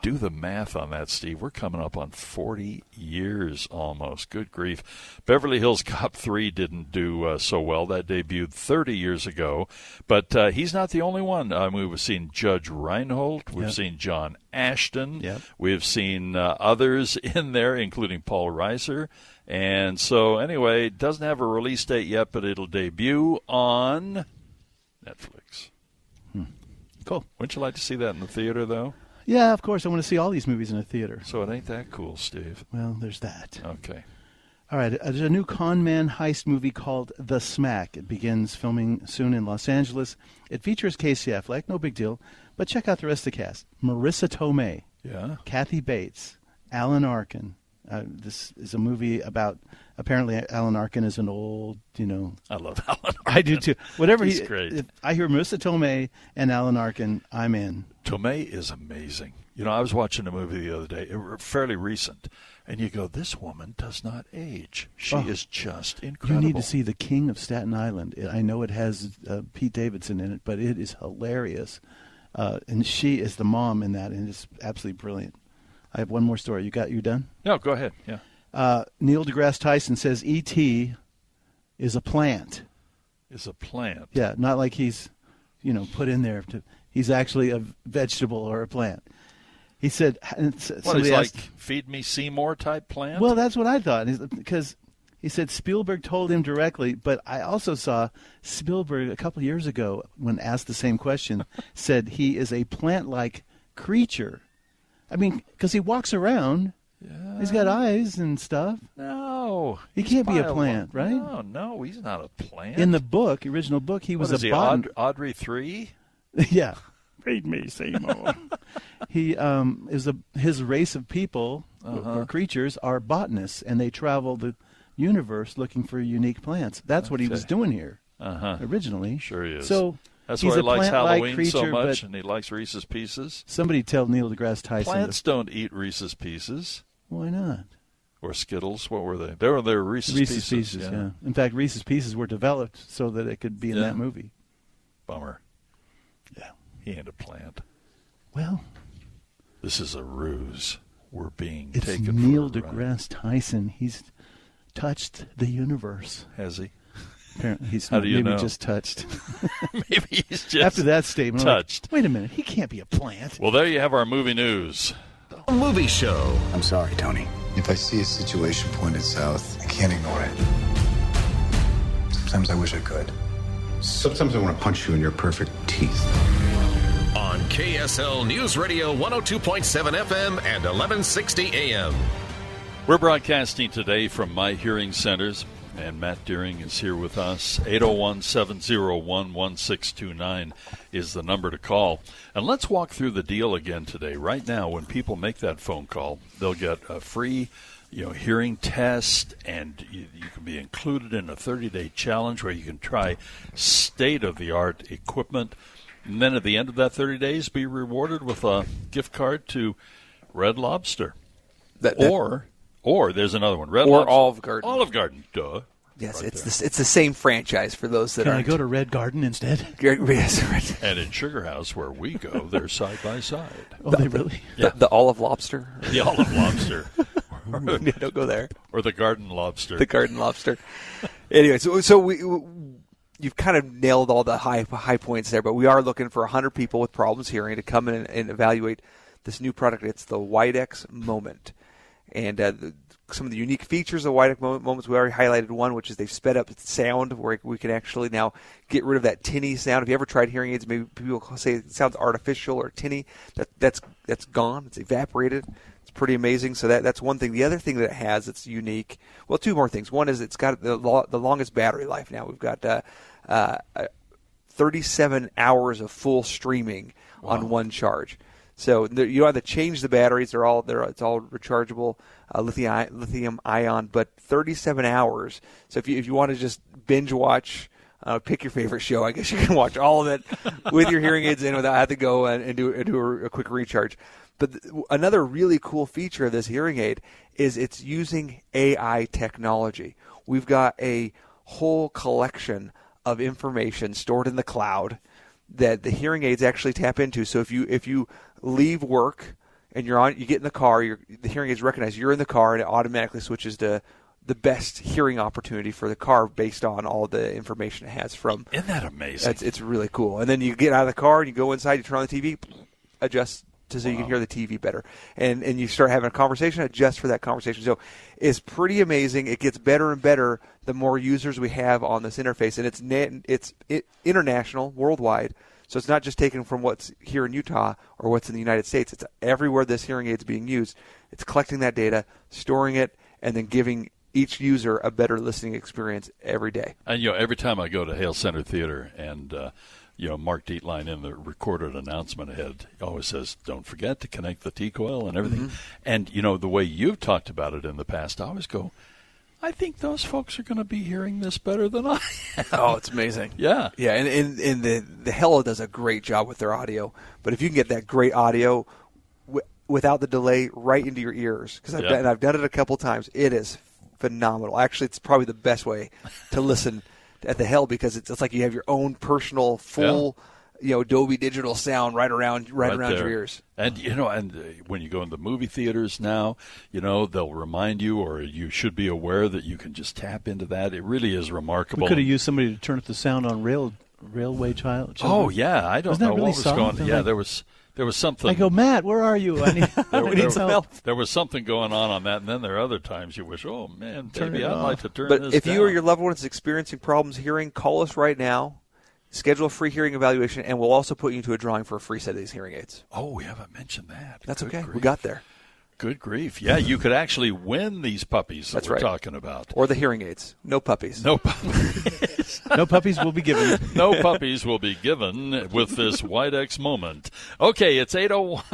S4: Do the math on that, Steve. We're coming up on 40 years almost. Good grief. Beverly Hills Cop [laughs] 3 didn't do uh, so well. That debuted 30 years ago. But uh, he's not the only one. Um, we've seen Judge Reinhold. We've
S5: Yep.
S4: seen John Ashton.
S5: Yep.
S4: We've seen uh, others [laughs] in there, including Paul Reiser. And so, anyway, it doesn't have a release date yet, but it'll debut on Netflix.
S5: Cool.
S4: Wouldn't you like to see that in the theater, though?
S5: Yeah, of course. I want to see all these movies in a theater.
S4: So it ain't that cool, Steve.
S5: Well, there's that.
S4: Okay.
S5: All right, uh, there's a new con man heist movie called The Smack. It begins filming soon in Los Angeles. It features Casey Affleck, no big deal, but check out the rest of the cast: Marissa Tomei,
S4: Yeah.
S5: Kathy Bates, Alan Arkin, Uh, this is a movie about apparently Alan Arkin is an old, you know.
S4: I love Alan. Arkin.
S5: I do too. Whatever
S4: He's
S5: he,
S4: great.
S5: If I hear Marissa Tomei and Alan Arkin, I'm in.
S4: Tomei is amazing. You know, I was watching a movie the other day, uh, fairly recent, and you go, "This woman does not age. She
S5: Oh.
S4: is just incredible."
S5: You need to see The King of Staten Island. It- I know it has uh, Pete Davidson in it, but it is hilarious. Uh, and she is the mom in that, and it's absolutely brilliant. I have one more story. You got you done?
S4: No, go ahead. Yeah.
S5: Uh, Neil deGrasse Tyson says E.T. is a plant.
S4: Is a plant.
S5: Yeah, not like he's, you know, put in there. To, he's actually a vegetable or a plant. He said, and s-
S4: What is
S5: somebody asked,
S4: like feed me Seymour type plant?
S5: well, that's what I thought He's- because he said Spielberg told him directly, but I also saw Spielberg a couple years ago when asked the same
S4: [laughs]
S5: question said he is a plant-like creature. I mean, because he walks around, he's got eyes and stuff.
S4: no,
S5: He
S4: he's
S5: can't be a
S4: bio-
S5: plant, right?
S4: No, no, he's not a plant.
S5: In the book, original book, he was
S4: What is
S5: a
S4: he,
S5: botan-
S4: Aud- Audrey three. [laughs]
S5: [laughs] yeah. Feed me, Seymour. [laughs] he um, is a his race of people uh,
S4: Uh-huh.
S5: or creatures are botanists, and they travel the universe looking for unique plants. That's what he was
S4: Okay.
S5: doing here
S4: Uh-huh.
S5: originally.
S4: Sure he is.
S5: So
S4: that's
S5: he's
S4: why he
S5: a
S4: likes
S5: plant-like
S4: Halloween so
S5: creature,
S4: much,
S5: but
S4: and he likes Reese's Pieces.
S5: Somebody tell Neil deGrasse Tyson. to-
S4: Plants don't eat Reese's Pieces
S5: why not?
S4: or Skittles. What were they? They were they were Reese's,
S5: Reese's Pieces. yeah. In fact, Reese's Pieces were developed so that it could be in
S4: Yeah.
S5: that movie.
S4: Bummer. Yeah, he ain't a plant.
S5: Well,
S4: This is a ruse. We're being
S5: it's
S4: taken.
S5: Neil
S4: for a ride.
S5: deGrasse Tyson. He's touched the universe.
S4: Has he? [laughs]
S5: Apparently, he's
S4: How
S5: not,
S4: do you
S5: maybe
S4: know? [laughs]
S5: just touched.
S4: maybe he's just
S5: after that statement. I'm like,
S4: touched.
S5: Wait a minute, he can't be a plant.
S4: Well, there you have our movie news.
S10: Movie show.
S13: I'm sorry, Tony. If I see a situation pointed south, I can't ignore it. Sometimes I wish I could. Sometimes I want to punch you in your perfect teeth.
S10: On KSL News Radio 102.7 FM and 1160 AM.
S4: We're broadcasting today from my hearing centers, and Matt Deering is here with us. 801 701 1629 is the number to call. And let's walk through the deal again today. Right now, when people make that phone call, they'll get a free you know, hearing test, and you, you can be included in a 30 day challenge where you can try state of the art equipment. And then at the end of that 30 days, be rewarded with a gift card to Red Lobster.
S7: [laughs] that-
S4: or or there's another one. Red
S7: Or
S4: Lobster.
S7: Olive Garden.
S4: Olive Garden, duh.
S7: Yes, it's the, it's the same franchise for those that
S5: Can I
S7: aren't.
S5: go to Red Garden instead?
S7: [laughs]
S5: [laughs]
S7: Yes, right.
S4: And in Sugar House, where we go, they're side by side.
S5: Oh,
S4: [laughs]
S5: they really?
S4: Yeah.
S7: The, the olive lobster. [laughs]
S4: The olive lobster.
S7: Yeah, don't go there.
S4: Or the garden lobster.
S7: The garden lobster. anyway, so so we. You've kind of nailed all the high high points there, but we are looking for 100 people with problems hearing to come in and, and evaluate this new product. It's the Widex Moment, and uh, the, some of the unique features of Widex Moment, Moments. We already highlighted one, which is they've sped up sound, where we can actually now get rid of that tinny sound. If you ever tried hearing aids, maybe people say it sounds artificial or tinny. That that's that's gone. It's evaporated. It's pretty amazing. So that that's one thing. The other thing that it has that's unique. Well, two more things. One is it's got the lo- the longest battery life now. We've got uh, uh, uh, 37 hours of full streaming on one charge. So there, you don't have to change the batteries. They're all they're it's all rechargeable uh, lithium lithium ion, but 37 hours. So if you if you want to just binge watch. Uh, pick your favorite show. I guess you can watch all of it with your hearing aids in without having to go uh, and, and do, and do a, a quick recharge. But th- another really cool feature of this hearing aid is it's using AI technology. We've got a whole collection of information stored in the cloud that the hearing aids actually tap into. So if you if you leave work and you're on you get in the car, you're, the hearing aids recognize you're in the car and it automatically switches to the best hearing opportunity for the car based on all the information it has from
S4: Isn't that amazing?
S7: That's, it's really cool. And then you get out of the car and you go inside, you turn on the TV, adjust to so you can hear the TV better. And and you start having a conversation, adjust for that conversation. So it's pretty amazing. It gets better and better the more users we have on this interface, and it's na- it's it, international, worldwide. So it's not just taken from what's here in Utah or what's in the United States. It's everywhere this hearing aid's being used. It's collecting that data, storing it, and then giving each user a better listening experience every day.
S4: And you know, every time I go to Hale Center Theater and uh, you know, Mark Dietline in the recorded announcement ahead always says, "Don't forget to connect the T coil and everything."
S7: Mm-hmm.
S4: And you know, the way you've talked about it in the past, I always go, "I think those folks are going to be hearing this better than I." [laughs]
S7: oh, it's amazing.
S4: Yeah.
S7: Yeah, and, and, and the, the Hella does a great job with their audio. But if you can get that great audio w- without the delay right into your ears, because I've,
S4: Yeah.
S7: done- and I've done it a couple times, it is phenomenal. Actually, it's probably the best way
S4: [laughs]
S7: to listen at the Hell because it's, it's like you have your own personal full. You know, Dolby Digital sound right around, right, around
S4: there.
S7: your ears.
S4: And you know, and uh, when you go in the movie theaters now, you know they'll remind you, or you should be aware that you can just tap into that. It really is remarkable.
S5: We could have used somebody to turn up the sound on rail railway child.
S4: oh yeah, I don't
S5: Wasn't that
S4: know
S5: really
S4: what was
S5: soft?
S4: going.
S5: They're
S4: Yeah,
S5: like-
S4: there was there was something.
S5: I go, Matt, where are you? I need, [laughs]
S4: there,
S5: I
S4: there-
S5: need some help.
S4: there was something going on on that, and then there are other times you wish, oh man,
S7: Turn
S4: maybe
S7: it
S4: I'd
S7: off.
S4: like to turn
S7: But
S4: this
S7: if
S4: down.
S7: you or your loved one is experiencing problems hearing, call us right now. Schedule a free hearing evaluation, and we'll also put you into a drawing for a free set of these hearing aids.
S4: Oh, we haven't mentioned that.
S7: That's
S4: Good
S7: okay. We
S4: grief.
S7: got there.
S4: Good grief! Yeah, you could actually win these puppies that
S7: That's
S4: we're
S7: right.
S4: talking about,
S7: or the hearing aids. No puppies.
S4: No puppies.
S5: No puppies will be given.
S4: no puppies will be given with this White X moment. Okay, it's 801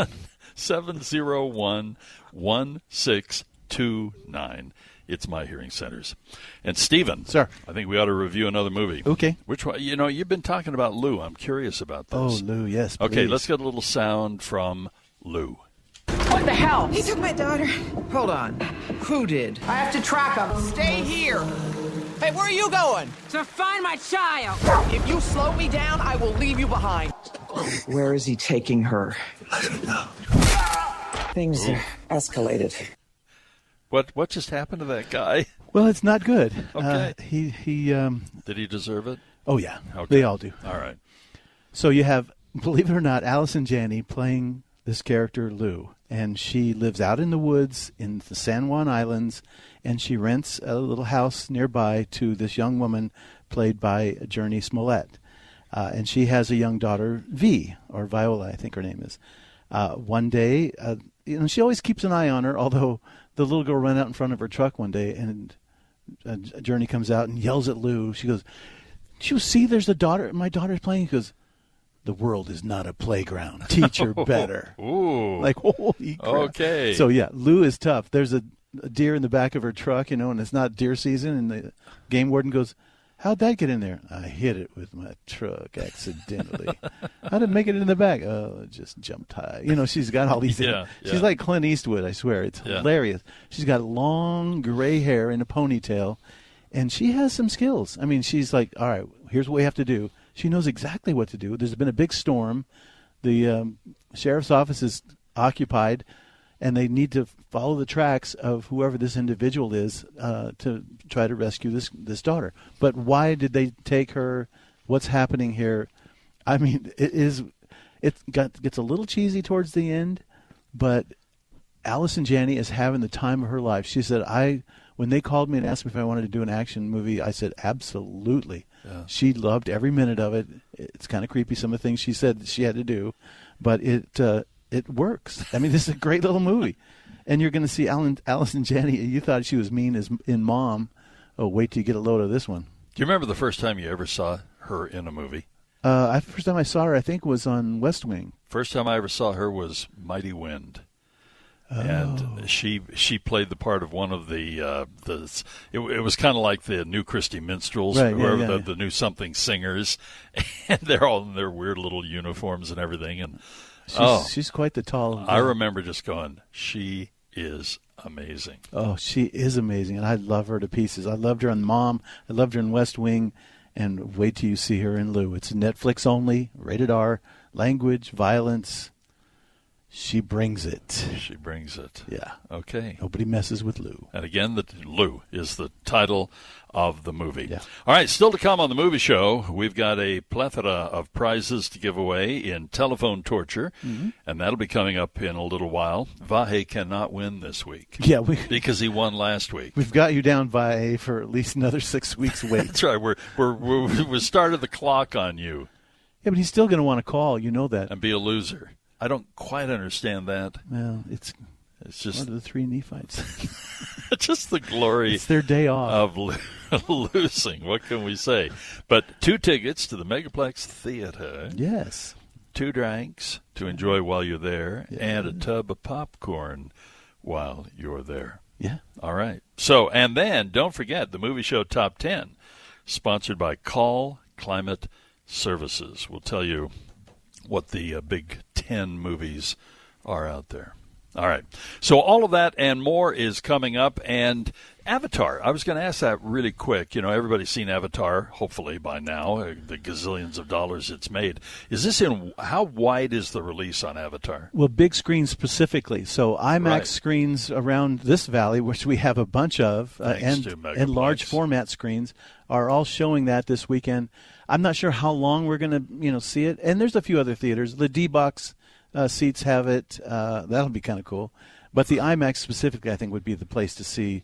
S4: 701 1629. It's my hearing centers. And Steven,
S5: sir,
S4: I think we ought to review another movie.
S5: Okay.
S4: Which one? You know, you've been talking about Lou. I'm curious about this.
S5: Oh, Lou, yes.
S4: Okay,
S5: please.
S4: let's get a little sound from Lou.
S14: What the hell? He took my daughter. Hold on. Who did? I have to track him. Stay here. Hey, where are you going? To find my child. If you slow me down, I will leave you behind.
S11: Where is he taking her? Things are escalated.
S4: What what just happened to that guy?
S5: Well, it's not good.
S4: Okay.
S5: Uh, he he. Um,
S4: Did he deserve it?
S5: oh yeah,
S4: Okay.
S5: they all do.
S4: All right.
S5: So you have, [laughs] believe it or not, Allison Janney playing this character Lou, and she lives out in the woods in the San Juan Islands, and she rents a little house nearby to this young woman played by Journey Smollett, uh, and she has a young daughter V or Viola, I think her name is. Uh, one day, uh, you know, she always keeps an eye on her. Although the little girl ran out in front of her truck one day, and uh, Journey comes out and yells at Lou. She goes, "Did you see? There's a daughter. My daughter's playing." He goes, "The world is not a playground. [laughs]
S4: [laughs]
S5: Teach her better."
S4: Ooh.
S5: Like holy crap.
S4: Okay.
S5: So yeah, Lou is tough. There's a, a deer in the back of her truck, you know, and it's not deer season. And the game warden goes, "How'd that get in there?" I hit it with my truck
S4: [laughs]
S5: accidentally. How'd it make it in the back? Oh, it just jumped high. You know, she's got all these.
S4: Yeah, yeah.
S5: She's like Clint Eastwood. I swear, it's
S4: Yeah.
S5: hilarious. She's got long gray hair and a ponytail, and she has some skills. I mean, she's like, all right, here's what we have to do. She knows exactly what to do. There's been a big storm. The um, sheriff's office is occupied, and they need to follow the tracks of whoever this individual is uh, to try to rescue this this daughter. But why did they take her? What's happening here? I mean, it is. It got gets a little cheesy towards the end, but Allison Janney is having the time of her life. She said, "I when they called me and asked me if I wanted to do an action movie, I said absolutely."
S4: Yeah.
S5: She loved every minute of it. It's kind of creepy some of the things she said that she had to do, but it uh, it works. I mean, [laughs] this is a great little movie, and you're going to see Alan, Allison Janney. You thought she was mean as in Mom. Oh, wait till you get a load of this one.
S4: Do you remember the first time you ever saw her in a movie?
S5: Uh, I, first time I saw her, I think, was on West Wing.
S4: First time I ever saw her was Mighty Wind.
S5: Oh.
S4: And she she played the part of one of the uh, the it, it was kind of like the new Christy Minstrels,
S5: Right, yeah,
S4: whoever
S5: yeah,
S4: the,
S5: yeah.
S4: the new something singers, [laughs] and they're all in their weird little uniforms and everything. And
S5: She's,
S4: oh,
S5: she's quite the tall.
S4: I remember just going, she is amazing.
S5: Oh, she is amazing, and I love her to pieces. I loved her in Mom. I loved her in West Wing, and wait till you see her in Lou. It's Netflix only, rated R, language, violence. She brings it.
S4: She brings it.
S5: Yeah.
S4: Okay.
S5: Nobody messes with Lou.
S4: And again, the Lou is the title of the movie. All right, still to come on the movie show, we've got a plethora of prizes to give away in telephone torture,
S5: Mhm.
S4: and that'll be coming up in a little while. Vahe cannot win this week
S5: [laughs] Yeah, we
S4: because he won last week.
S5: we've got you down by for at least another six weeks wait.
S4: That's right. We're we're, we're [laughs] we started the clock on you
S5: yeah, but he's still going to want to call. You know that.
S4: and be a loser. I don't quite understand that.
S5: Well, it's
S4: It's just
S5: one of the three Nephites.
S4: [laughs] just the glory.
S5: It's their day off.
S4: of lo- [laughs] losing. What can we say? But two tickets to the Megaplex Theater.
S5: yes.
S4: Two drinks to enjoy while you're there, and a tub of popcorn while you're there.
S5: Yeah.
S4: All right. So, and then don't forget the movie show top 10, sponsored by Call Climate Services. We'll tell you what the uh, big 10 movies are out there. All right. So, all of that and more is coming up. And Avatar, I was going to ask that really quick. You know, everybody's seen Avatar, hopefully by now, uh, the gazillions of dollars it's made. Is this in, how wide is the release on Avatar?
S5: Well, big screens specifically. So IMAX
S4: Right.
S5: screens around this valley, which we have a bunch of, uh,
S4: Thanks
S5: and
S4: to Megaplex.
S5: and large format screens are all showing that this weekend. I'm not sure how long we're going to you know see it. And there's a few other theaters. The D box uh, seats have it. Uh, that'll be kind of cool. But the IMAX specifically, I think, would be the place to see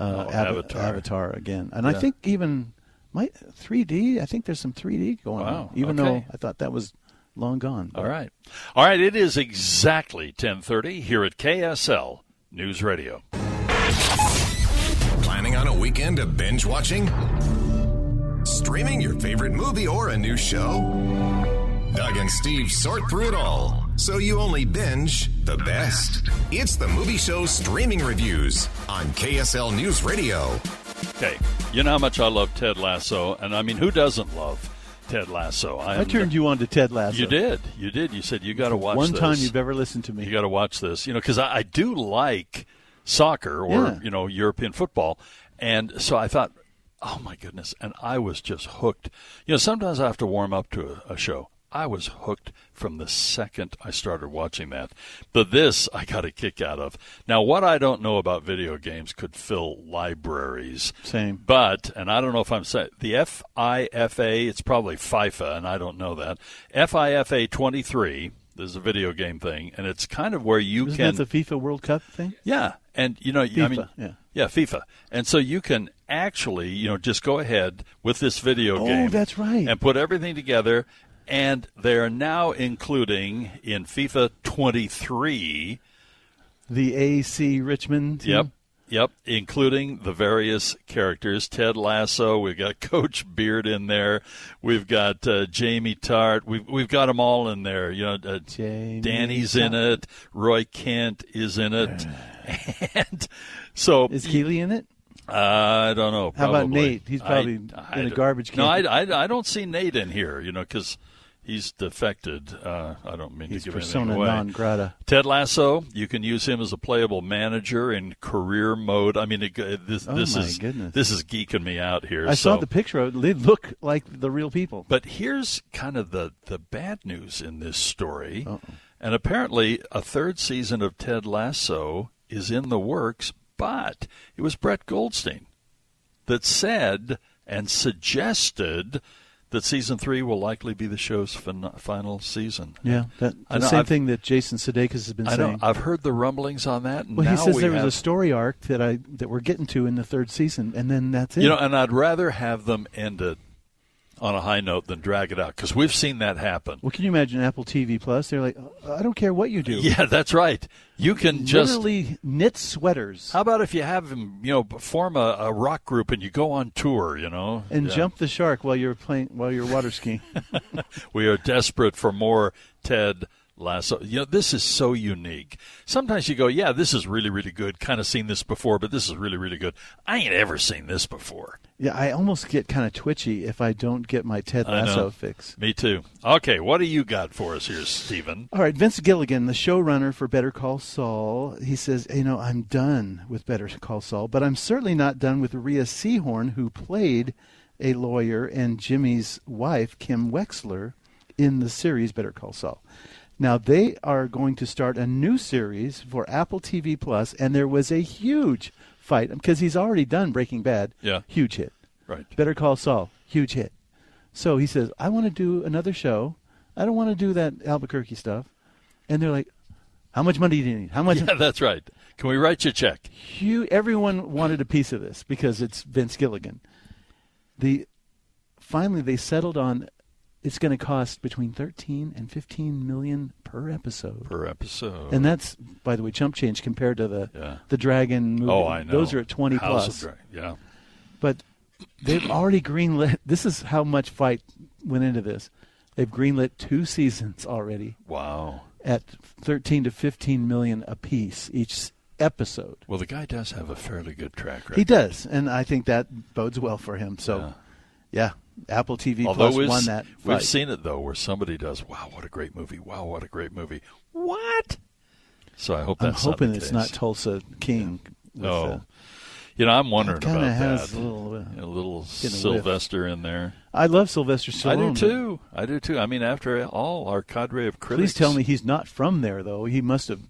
S5: uh,
S4: Oh,
S5: Ava-
S4: Avatar.
S5: Avatar again. And
S4: Yeah.
S5: I think even my 3D. I think there's some 3D going
S4: Wow,
S5: on, even
S4: okay.
S5: though I thought that was long gone.
S4: All right. All right, it is exactly 10:30 here at KSL News Radio.
S10: Planning on a weekend of binge watching?
S1: Streaming your favorite movie or a new show?
S10: Doug and Steve sort through it all, so you only binge the best.
S1: It's the movie show streaming reviews.
S10: On KSL News Radio.
S4: Okay. You know how much I love Ted Lasso and I mean who doesn't love Ted Lasso?
S5: I turned you on to Ted Lasso.
S4: You did. You did. You said you got to watch
S5: One
S4: this.
S5: time you've ever listened to me.
S4: You got to watch this, you know, because I, I do like soccer or
S5: Yeah.
S4: you know European football, and so I thought, oh my goodness, and I was just hooked. You know, sometimes I have to warm up to a, a show. I was hooked from the second I started watching that. But this I got a kick out of. Now, what I don't know about video games could fill libraries.
S5: Same.
S4: But, and I don't know if I'm saying the FIFA, it's probably FIFA, and I don't know that. FIFA 23, this is a video game thing, and it's kind of where you
S5: Isn't
S4: can.
S5: that the FIFA World Cup thing?
S4: yeah. And, you know, I
S5: FIFA,
S4: mean,
S5: yeah.
S4: FIFA. And so you can actually, you know, just go ahead with this video
S5: Oh,
S4: game.
S5: that's right.
S4: And put everything together. And they're now including in FIFA 23.
S5: The AC Richmond. team?
S4: Yep. Yep, including the various characters. Ted Lasso, we've got [laughs] Coach Beard in there. We've got uh, Jamie Tart. We've we've got them all in there. You know, uh, Danny's in it. Roy Kent is in it. [laughs] and so
S5: Is Keeley in it?
S4: I don't know.
S5: How about
S4: probably.
S5: Nate? He's probably in a
S4: d-
S5: garbage
S4: No, I,
S5: can.
S4: I- I don't see Nate in here. You know, because he's defected. Uh, I don't mean
S5: He's
S4: to give
S5: persona
S4: anything away.
S5: non grata.
S4: Ted Lasso, you can use him as a playable manager in career mode. I mean, it, this
S5: Oh,
S4: this
S5: my
S4: is
S5: goodness.
S4: this is geeking me out here.
S5: I saw
S4: so-
S5: the picture. of it. They look like the real people.
S4: But here's kind of the the bad news in this story, and apparently a third season of Ted Lasso is in the works. But it was Brett Goldstein that said and suggested that season three will likely be the show's fin- final season.
S5: Yeah, that,
S4: I
S5: the
S4: know,
S5: same
S4: I've-
S5: thing that Jason Sudeikis has been
S4: I know.
S5: saying.
S4: I've heard the rumblings on that. and
S5: well,
S4: now
S5: he says
S4: we
S5: there
S4: have,
S5: was a story arc that I that we're getting to in the third season, and then that's it.
S4: You know, and I'd rather have them end it on a high note than drag it out because we've seen that happen.
S5: well, can you imagine Apple TV Plus? They're like, "Uh, I don't care what you do.
S4: Yeah, that's right. You can just.
S5: literally knit sweaters
S4: How about if you have them, you know, form a, a rock group and you go on tour, you know?
S5: and
S4: Yeah.
S5: jump the shark while you're playing while you're water skiing.
S4: We are desperate for more Ted Lasso. You know, this is so unique. Sometimes you go, yeah, this is really, really good. Kind of seen this before, but this is really, really good. I ain't ever seen this before.
S5: yeah, I almost get kind of twitchy if I don't get my Ted
S4: I know.
S5: Lasso fix.
S4: Me too. Okay, what do you got for us here, Stephen?
S5: All right, Vince Gilligan, the showrunner for Better Call Saul, he says, "You know, I'm done with Better Call Saul, but I'm certainly not done with Rhea Seahorn, who played a lawyer and Jimmy's wife, Kim Wexler, in the series Better Call Saul." Now they are going to start a new series for Apple TV Plus, and there was a huge fight because he's already done Breaking Bad.
S4: Yeah.
S5: huge hit.
S4: Right.
S5: Better Call Saul, huge hit. So he says, I want to do another show. I don't want to do that Albuquerque stuff. And they're like, How much money do you need? How
S4: [laughs]
S5: much? [laughs]
S4: Yeah, that's right. Can we write you a check?
S5: Hugh, everyone wanted a piece of this because it's Vince Gilligan. The finally they settled on it's going to cost between 13 and 15 million per episode.
S4: per episode.
S5: And that's, by the way, chump change compared to the
S4: Yeah.
S5: the Dragon movie.
S4: Oh, I know.
S5: Those are at twenty
S4: House
S5: plus.
S4: of Dra- yeah.
S5: But they've already greenlit. This is how much fight went into this. They've greenlit two seasons already.
S4: Wow.
S5: At thirteen to fifteen million apiece each episode.
S4: Well, the guy does have a fairly good track record.
S5: He does, and I think that bodes well for him. So, yeah, Apple TV
S4: Although
S5: Plus
S4: we've,
S5: won that.
S4: we've
S5: fight.
S4: seen it though, where somebody does, "Wow, what a great movie! Wow, what a great movie!" What? So I hope
S5: I'm
S4: that's not
S5: hoping
S4: the
S5: it's
S4: case.
S5: not Tulsa King. with,
S4: No,
S5: uh,
S4: you know, I'm wondering
S5: kinda
S4: about
S5: has
S4: that.
S5: a little, uh,
S4: a little
S5: getting a
S4: Sylvester in there.
S5: I love Sylvester Stallone.
S4: I do
S5: but
S4: too. I do too. I mean, after all, our cadre of critics.
S5: Please tell me he's not from there though. He must have.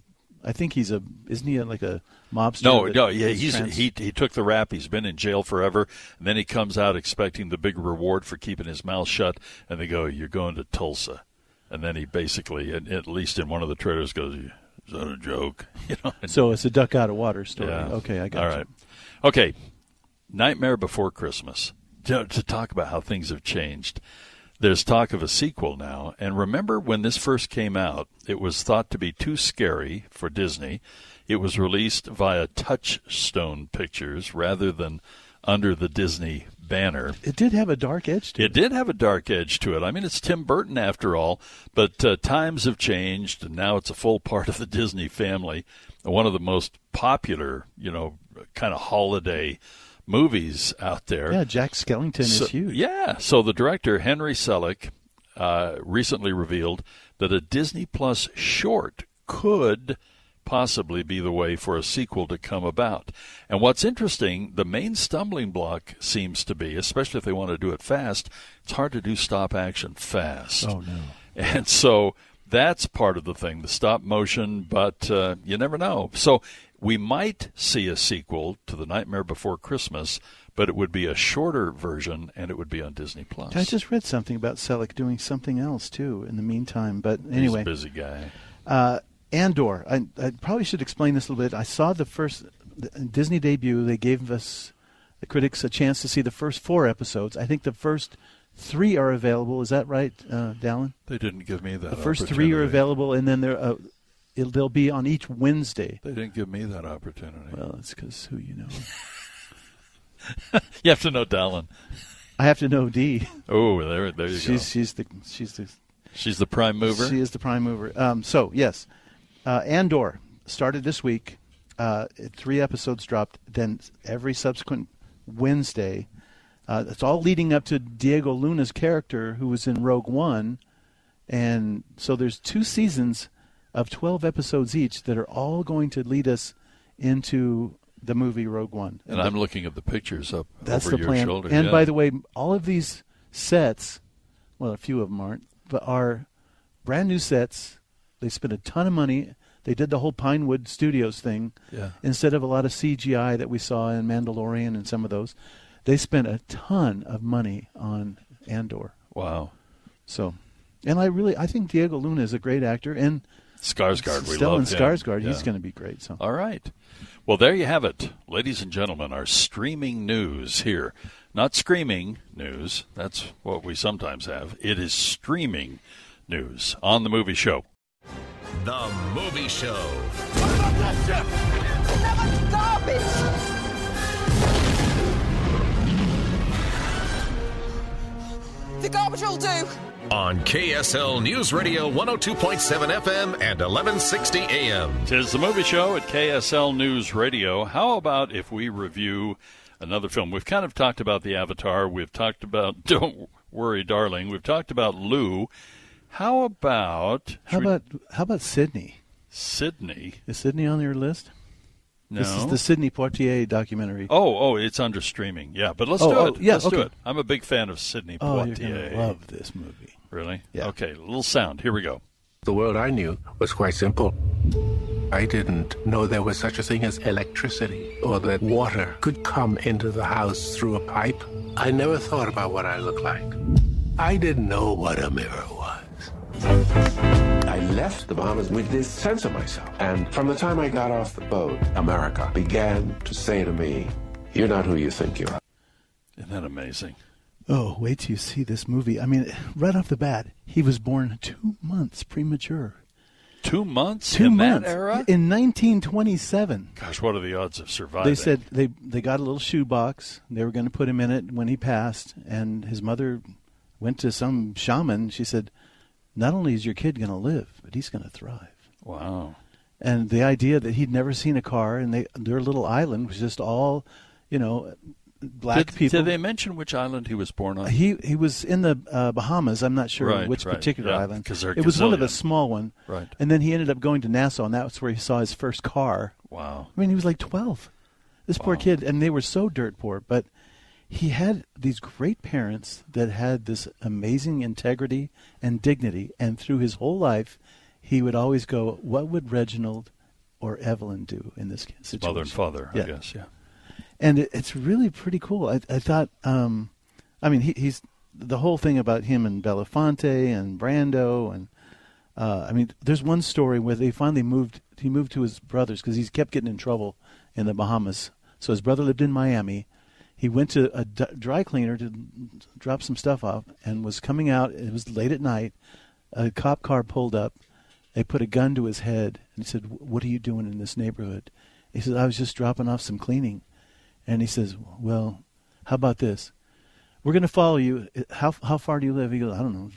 S5: I think he's a. Isn't he like a mobster?
S4: No,
S5: that
S4: no, yeah,
S5: is
S4: he's
S5: trans-
S4: he he took the rap. He's been in jail forever, and then he comes out expecting the big reward for keeping his mouth shut. And they go, "You're going to Tulsa," and then he basically, at, at least in one of the trailers, goes, "Is that a joke?" [laughs] You know.
S5: So it's a duck out of water story.
S4: Yeah.
S5: Okay, I got
S4: All
S5: you.
S4: right. Okay. Nightmare Before Christmas. To, to talk about how things have changed. There's talk of a sequel now. And remember when this first came out, it was thought to be too scary for Disney. It was released via Touchstone Pictures rather than under the Disney banner.
S5: It did have a dark edge to it.
S4: It did have a dark edge to it. I mean, it's Tim Burton after all, but uh, times have changed, and now it's a full part of the Disney family. One of the most popular, you know, kind of holiday movies out there.
S5: Yeah, Jack Skellington
S4: So-
S5: is huge.
S4: Yeah. So the director Henry Selick uh, recently revealed that a Disney Plus short could possibly be the way for a sequel to come about. And what's interesting, the main stumbling block seems to be, especially if they want to do it fast, it's hard to do stop action fast.
S5: Oh no.
S4: [laughs] And so that's part of the thing, the stop motion, but uh, you never know. So we might see a sequel to The Nightmare Before Christmas, but it would be a shorter version and it would be on Disney Plus.
S5: I just read something about Selleck doing something else too in the meantime. But
S4: He's a
S5: anyway,
S4: busy guy.
S5: Uh, Andor. I, I probably should explain this a little bit. I saw the first the Disney debut. They gave us the critics a chance to see the first four episodes. I think the first three are available. Is that right, uh, Dallin?
S4: They didn't give me that
S5: The first three
S4: opportunity.
S5: are available, and then they're uh, it'll, they'll be on each Wednesday.
S4: They didn't give me that opportunity.
S5: Well, it's because who you
S4: [laughs]
S5: know.
S4: you have to know Dallin.
S5: I have to know D.
S4: Oh, there, there you
S5: she's
S4: go.
S5: she's the she's the
S4: She's the prime mover.
S5: She is the prime mover. Um, so yes, uh, Andor started this week. Uh, three episodes dropped. Then every subsequent Wednesday, uh, it's all leading up to Diego Luna's character, who was in Rogue One, and so there's two seasons of twelve episodes each that are all going to lead us into the movie Rogue One.
S4: and I'm looking at the pictures up
S5: That's
S4: over
S5: the
S4: your
S5: plan.
S4: shoulder.
S5: and
S4: yeah.
S5: by the way, all of these sets, well, a few of them aren't, but are brand new sets. They spent a ton of money. They did the whole Pinewood Studios thing
S4: Yeah.
S5: instead of a lot of CGI that we saw in Mandalorian and some of those. They spent a ton of money on Andor.
S4: Wow.
S5: So, and I really, I think Diego Luna is a great actor, and
S4: Skarsgård, we
S5: Stellan
S4: love him.
S5: Skarsgård, he's
S4: Yeah. Uh,
S5: going to be great. So,
S4: All right. Well, there you have it, ladies and gentlemen, our streaming news here. Not screaming news, that's what we sometimes have. It is streaming news on the movie show.
S10: The Movie Show.
S14: The garbage will do.
S10: On KSL News Radio 102.7 FM and 1160 AM.
S4: Tis the movie show at KSL News Radio. How about if we review another film? We've kind of talked about the Avatar. We've talked about [laughs] Don't Worry, Darling. We've talked about Lou. How about
S5: how about how about Sydney?
S4: Sydney?
S5: Is Sydney on your list? This is
S4: No.
S5: the Sydney Poitier documentary.
S4: Oh, oh, it's under streaming. Yeah, but let's
S5: Oh,
S4: do
S5: oh,
S4: it.
S5: yeah,
S4: let's do
S5: okay.
S4: it. I'm a big fan of Sidney
S5: Oh, you're
S4: Poitier.
S5: gonna love this movie.
S4: Really? Yeah. Okay, a little sound. Here we go.
S15: The world I knew was quite simple. I didn't know there was such a thing as electricity or that water could come into the house through a pipe. I never thought about what I looked like. I didn't know what a mirror was.
S16: I left the Bahamas with this sense of myself. And from the time I got off the boat, America began to say to me, You're not who you think you are.
S4: Isn't that amazing?
S5: Oh, wait till you see this movie. I mean, right off the bat, he was born two months premature.
S4: Two months
S5: Two
S4: in
S5: months
S4: that era?
S5: in 1927.
S4: Gosh, what are the odds of surviving?
S5: They said they they got a little shoebox. They were going to put him in it when he passed, and his mother went to some shaman. She said, "Not only is your kid going to live, but he's going to thrive."
S4: Wow.
S5: and the idea that he'd never seen a car and they their little island was just all you know black
S4: did,
S5: people
S4: Did they mention which island he was born on?
S5: he he was in the uh, Bahamas. I'm not sure
S4: Right,
S5: which
S4: right,
S5: particular
S4: yeah,
S5: island.
S4: 'cause they're
S5: it was one of
S4: gazillion.
S5: a small one.
S4: Right.
S5: And then he ended up going to Nassau, and that's where he saw his first car.
S4: Wow.
S5: I mean, he was like 12. This poor kid, and they were so dirt poor, but he had these great parents that had this amazing integrity and dignity, and through his whole life, he would always go, "What would Reginald or Evelyn do in this situation?"
S4: Mother and father,
S5: Yeah
S4: I guess, yeah.
S5: and it, it's really pretty cool. I, I thought, um, I mean, he, he's the whole thing about him and Belafonte and Brando, and uh, I mean, there's one story where they finally moved. He moved to his brother's because he's kept getting in trouble in the Bahamas. So his brother lived in Miami. He went to a d- dry cleaner to drop some stuff off, and was coming out. It was late at night. A cop car pulled up. They put a gun to his head and he said, "What are you doing in this neighborhood?" He said, "I was just dropping off some cleaning." And he says, "Well, how about this? We're going to follow you. How how far do you live?" He goes, "I don't know,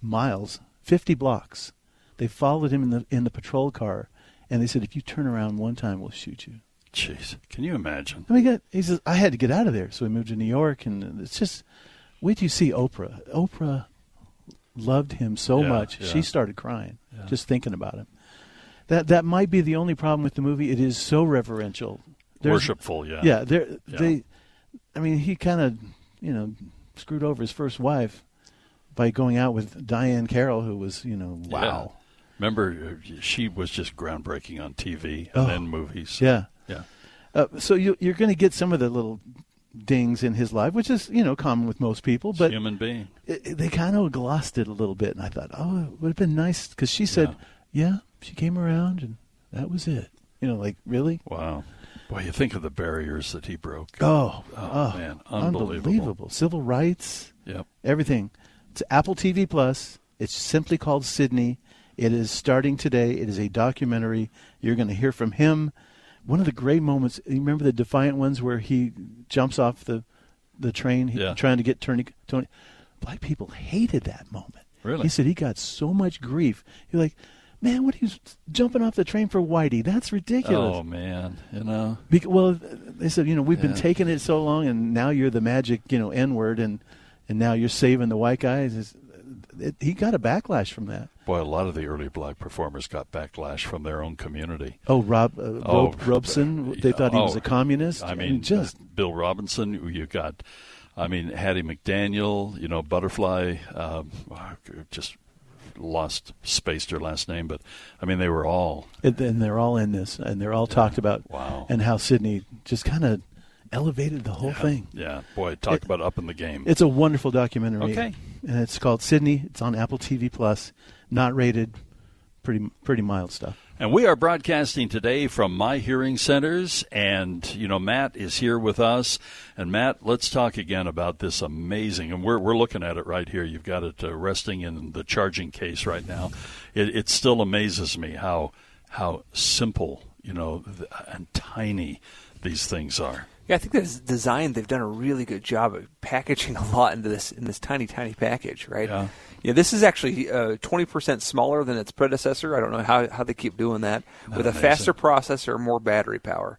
S5: miles, fifty blocks." They followed him in the in the patrol car, and they said, "If you turn around one time, we'll shoot you."
S4: Jeez, can you imagine?
S5: And we got. He says, "I had to get out of there," so we moved to New York, and it's just. Wait till you see Oprah. Oprah loved him so
S4: Yeah,
S5: much,
S4: yeah.
S5: she started crying
S4: Yeah.
S5: just thinking about him. That that might be the only problem with the movie. It is so reverential,
S4: Worshipful, yeah.
S5: yeah. There,
S4: Yeah.
S5: they, I mean, he kind of, you know, screwed over his first wife by going out with Diane Carroll, who was, you know,
S4: Yeah.
S5: wow.
S4: Remember, uh, she was just groundbreaking on TV and
S5: Oh.
S4: then movies.
S5: Yeah.
S4: Yeah.
S5: Uh, so you, you're going to get some of the little dings in his life, which is, you know, common with most people, but
S4: Human being.
S5: it, it- they kind of glossed it a little bit, and I thought, oh, it would have been nice because she said, yeah. she came around, and that was it. You know, like really?
S4: Wow. Boy, you think of the barriers that he broke.
S5: Oh,
S4: Oh,
S5: oh,
S4: man, unbelievable.
S5: unbelievable. Civil rights,
S4: Yep.
S5: everything. It's Apple TV Plus. It's simply called Sydney. It is starting today. It is a documentary. You're going to hear from him. One of the great moments. You remember the Defiant ones where he jumps off the the train, he-
S4: Yeah.
S5: trying to get Tony. Tony. Black people hated that moment.
S4: Really?
S5: He said he got so much grief. You're like, man, what are you jumping off the train for, Whitey? That's ridiculous.
S4: Oh, man. You know?
S5: Bec- well, they said, you know, we've been
S4: Yeah.
S5: taking it so long, and now you're the magic, you know, N word, and and now you're saving the white guys. It's- It, he got a backlash from that.
S4: Boy, a lot of the early black performers got backlash from their own community.
S5: Oh, Rob uh,
S4: Oh,
S5: Rob, Robson, they thought he was
S4: oh,
S5: a communist.
S4: I mean,
S5: just
S4: Bill Robinson. You got, I mean, Hattie McDaniel. You know, Butterfly. Um, just lost spaced her last name, but I mean, they were all
S5: and, and they're all in this, and they're all talked about.
S4: Wow.
S5: And how Sydney just kind of elevated the whole thing.
S4: Yeah, boy, talk
S5: It-
S4: about up in the game.
S5: It's a wonderful documentary.
S4: Okay.
S5: and it's called Sydney. It's on Apple TV Plus. Not rated. Pretty pretty mild stuff.
S4: And we are broadcasting today from my hearing centers. And, you know, Matt is here with us. And, Matt, let's talk again about this amazing. And we're, we're looking at it right here. You've got it uh, resting in the charging case right now. It, it still amazes me how, how simple, you know, th- and tiny these things are.
S7: Yeah, I think this design they've done a really good job of packaging [laughs] a lot into this in this tiny tiny package, right? Yeah. this is actually uh, 20% smaller than its predecessor. I don't know how, how they keep doing that with a
S4: amazing.
S7: faster processor, and more battery power.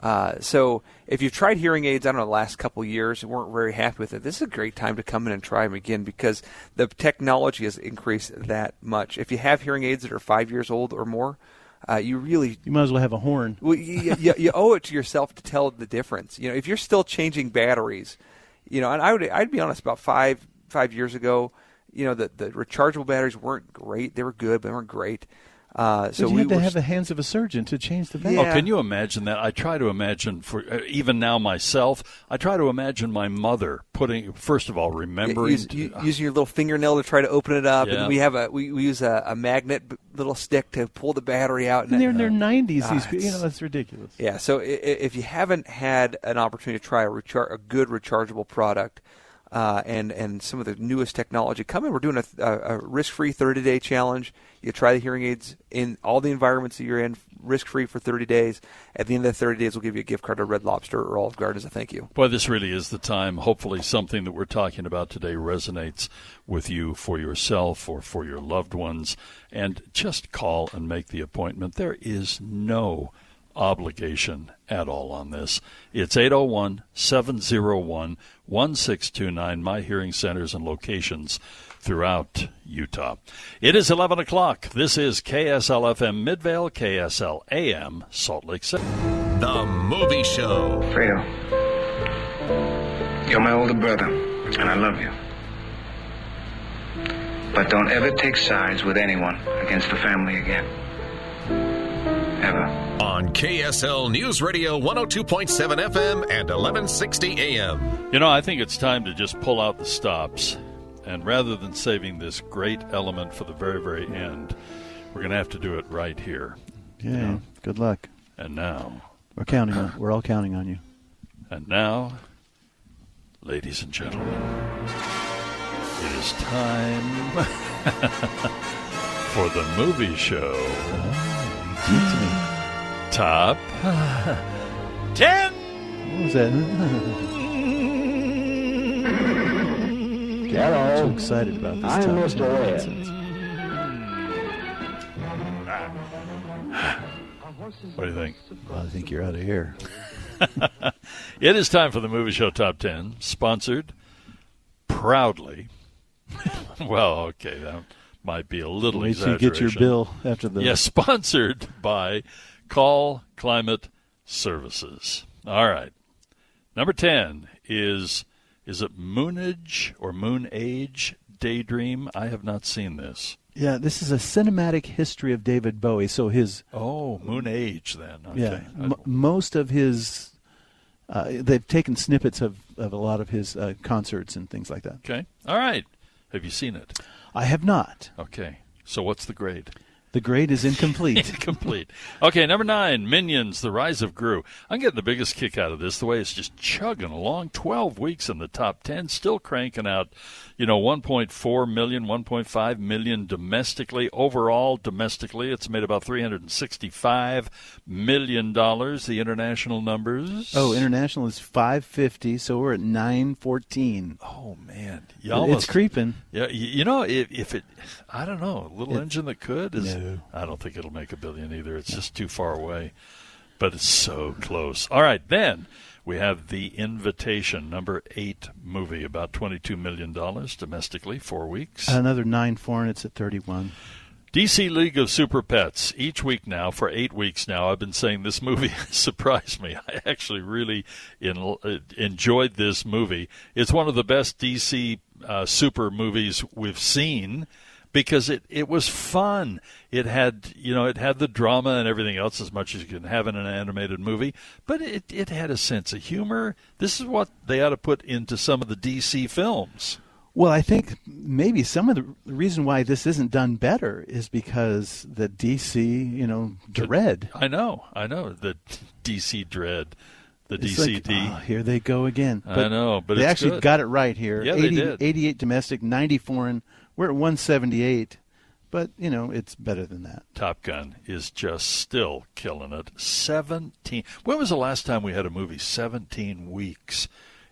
S7: Uh, so if you've tried hearing aids, I don't know, the last couple of years and weren't very happy with it, this is a great time to come in and try them again because the technology has increased that much. If you have hearing aids that are five years old or more, uh, you really
S5: You might as well have a horn.
S7: well, you, you, you owe it to yourself to tell the difference. You know, if you're still changing batteries, you know, and I would, I'd be honest, about five five years ago, you know, the, the rechargeable batteries weren't great. They were good, but they weren't great. Uh, so
S5: But you
S7: we
S5: had to
S7: were
S5: have the hands of a surgeon to change the battery.
S4: Oh, can you imagine that? I try to imagine for uh, even now myself. I try to imagine my mother putting first of all remembering
S7: use- u- using your little fingernail to try to open it up, and
S4: uh, Yeah.
S7: then we have a we, we use a, a magnet b- little stick to pull the battery out.
S5: And they're in
S7: it-
S5: their nineties. These
S7: Ah,
S5: people, you know,
S7: it's-
S5: that's ridiculous.
S7: Yeah, so i- i- if you haven't had an opportunity to try a, rechar- a good rechargeable product, uh, and and some of the newest technology. Come in, we're doing a, a, a risk-free 30-day challenge. You try the hearing aids in all the environments that you're in, risk-free for 30 days. At the end of the 30 days, we'll give you a gift card to Red Lobster or Olive Garden as a thank you.
S4: Boy, this really is the time. Hopefully, something that we're talking about today resonates with you for yourself or for your loved ones. And just call and make the appointment. There is no obligation at all on this. It's 801 701 1629, my hearing centers and locations throughout Utah. It is 11 o'clock. This is KSL FM Midvale, KSL AM Salt Lake City.
S1: The movie show.
S17: Fredo, you're my older brother, and I love you. But don't ever take sides with anyone against the family again. Ever.
S10: On KSL News Radio 102.7 FM and 1160 AM.
S4: You know, I think it's time to just pull out the stops. And rather than saving this great element for the very, very end, we're going to have to do it right here.
S5: Yeah. Good luck.
S4: And now,
S5: We're counting on. We're all counting on you.
S4: and now, ladies and gentlemen, it is time [laughs] for the movie show. Top 10.
S5: What was [laughs] that? I'm too excited about this.
S18: I'm
S5: time.
S18: Mr. Red.
S4: What do you think?
S5: Well, I think you're out of here.
S4: it is time for the movie show top 10 sponsored proudly [laughs] well okay that might be a little
S5: Wait till you
S4: exaggeration
S5: get your bill after the-
S4: yes [laughs] sponsored by call climate services all right number 10 is is it moonage or moon age daydream i have not seen this
S5: Yeah, this is a cinematic history of David Bowie. So his
S4: oh moon age then okay
S5: yeah, m- most of his uh, they've taken snippets of, of a lot of his uh, concerts and things like that.
S4: okay all right have you seen it
S5: I have not.
S4: okay so what's the grade
S5: The grade is
S4: [laughs]
S5: incomplete.
S4: Complete. Okay, number nine, Minions: The Rise of Gru. I'm getting the biggest kick out of this. The way it's just chugging along. Twelve weeks in the top ten, still cranking out. You know, 1.4 million, 1.5 million domestically. Overall, domestically, it's made about 365 million dollars. The international numbers.
S5: Oh, international is 550, so we're at 914.
S4: Oh man,
S5: It-
S4: You almost-
S5: it's creeping.
S4: Yeah, y- you know, if, if it, I don't know, little
S5: It-
S4: engine that could is.
S5: No.
S4: I don't think it'll make a billion either. It's just too far away, but it's so close. All right, then we have the Invitation, number eight movie, about twenty-two million dollars domestically, four weeks.
S5: Another 9 foreign, it's at 31.
S4: DC League of Super Pets each week now for eight weeks now. I've been saying this movie [laughs] surprised me. I actually really in, uh, enjoyed this movie. It's one of the best DC uh, super movies we've seen because it, it was fun. It had you know it had the drama and everything else as much as you can have in an animated movie, but it it had a sense of humor. This is what they ought to put into some of the DC films.
S5: Well, I think maybe some of the the reason why this isn't done better is because the DC, you know, dread.
S4: I know, I know. The [laughs] DC Dread, the
S5: It's
S4: DCD.
S5: like, "Oh, here they go again.
S4: I know, but
S5: they
S4: it's
S5: actually
S4: good.
S5: got it right here.
S4: Yeah, they did.
S5: 88 domestic, 90 foreign. We're at 178, but you know it's better than that.
S4: Top Gun is just still killing it. 17. When was the last time we had a movie 17 weeks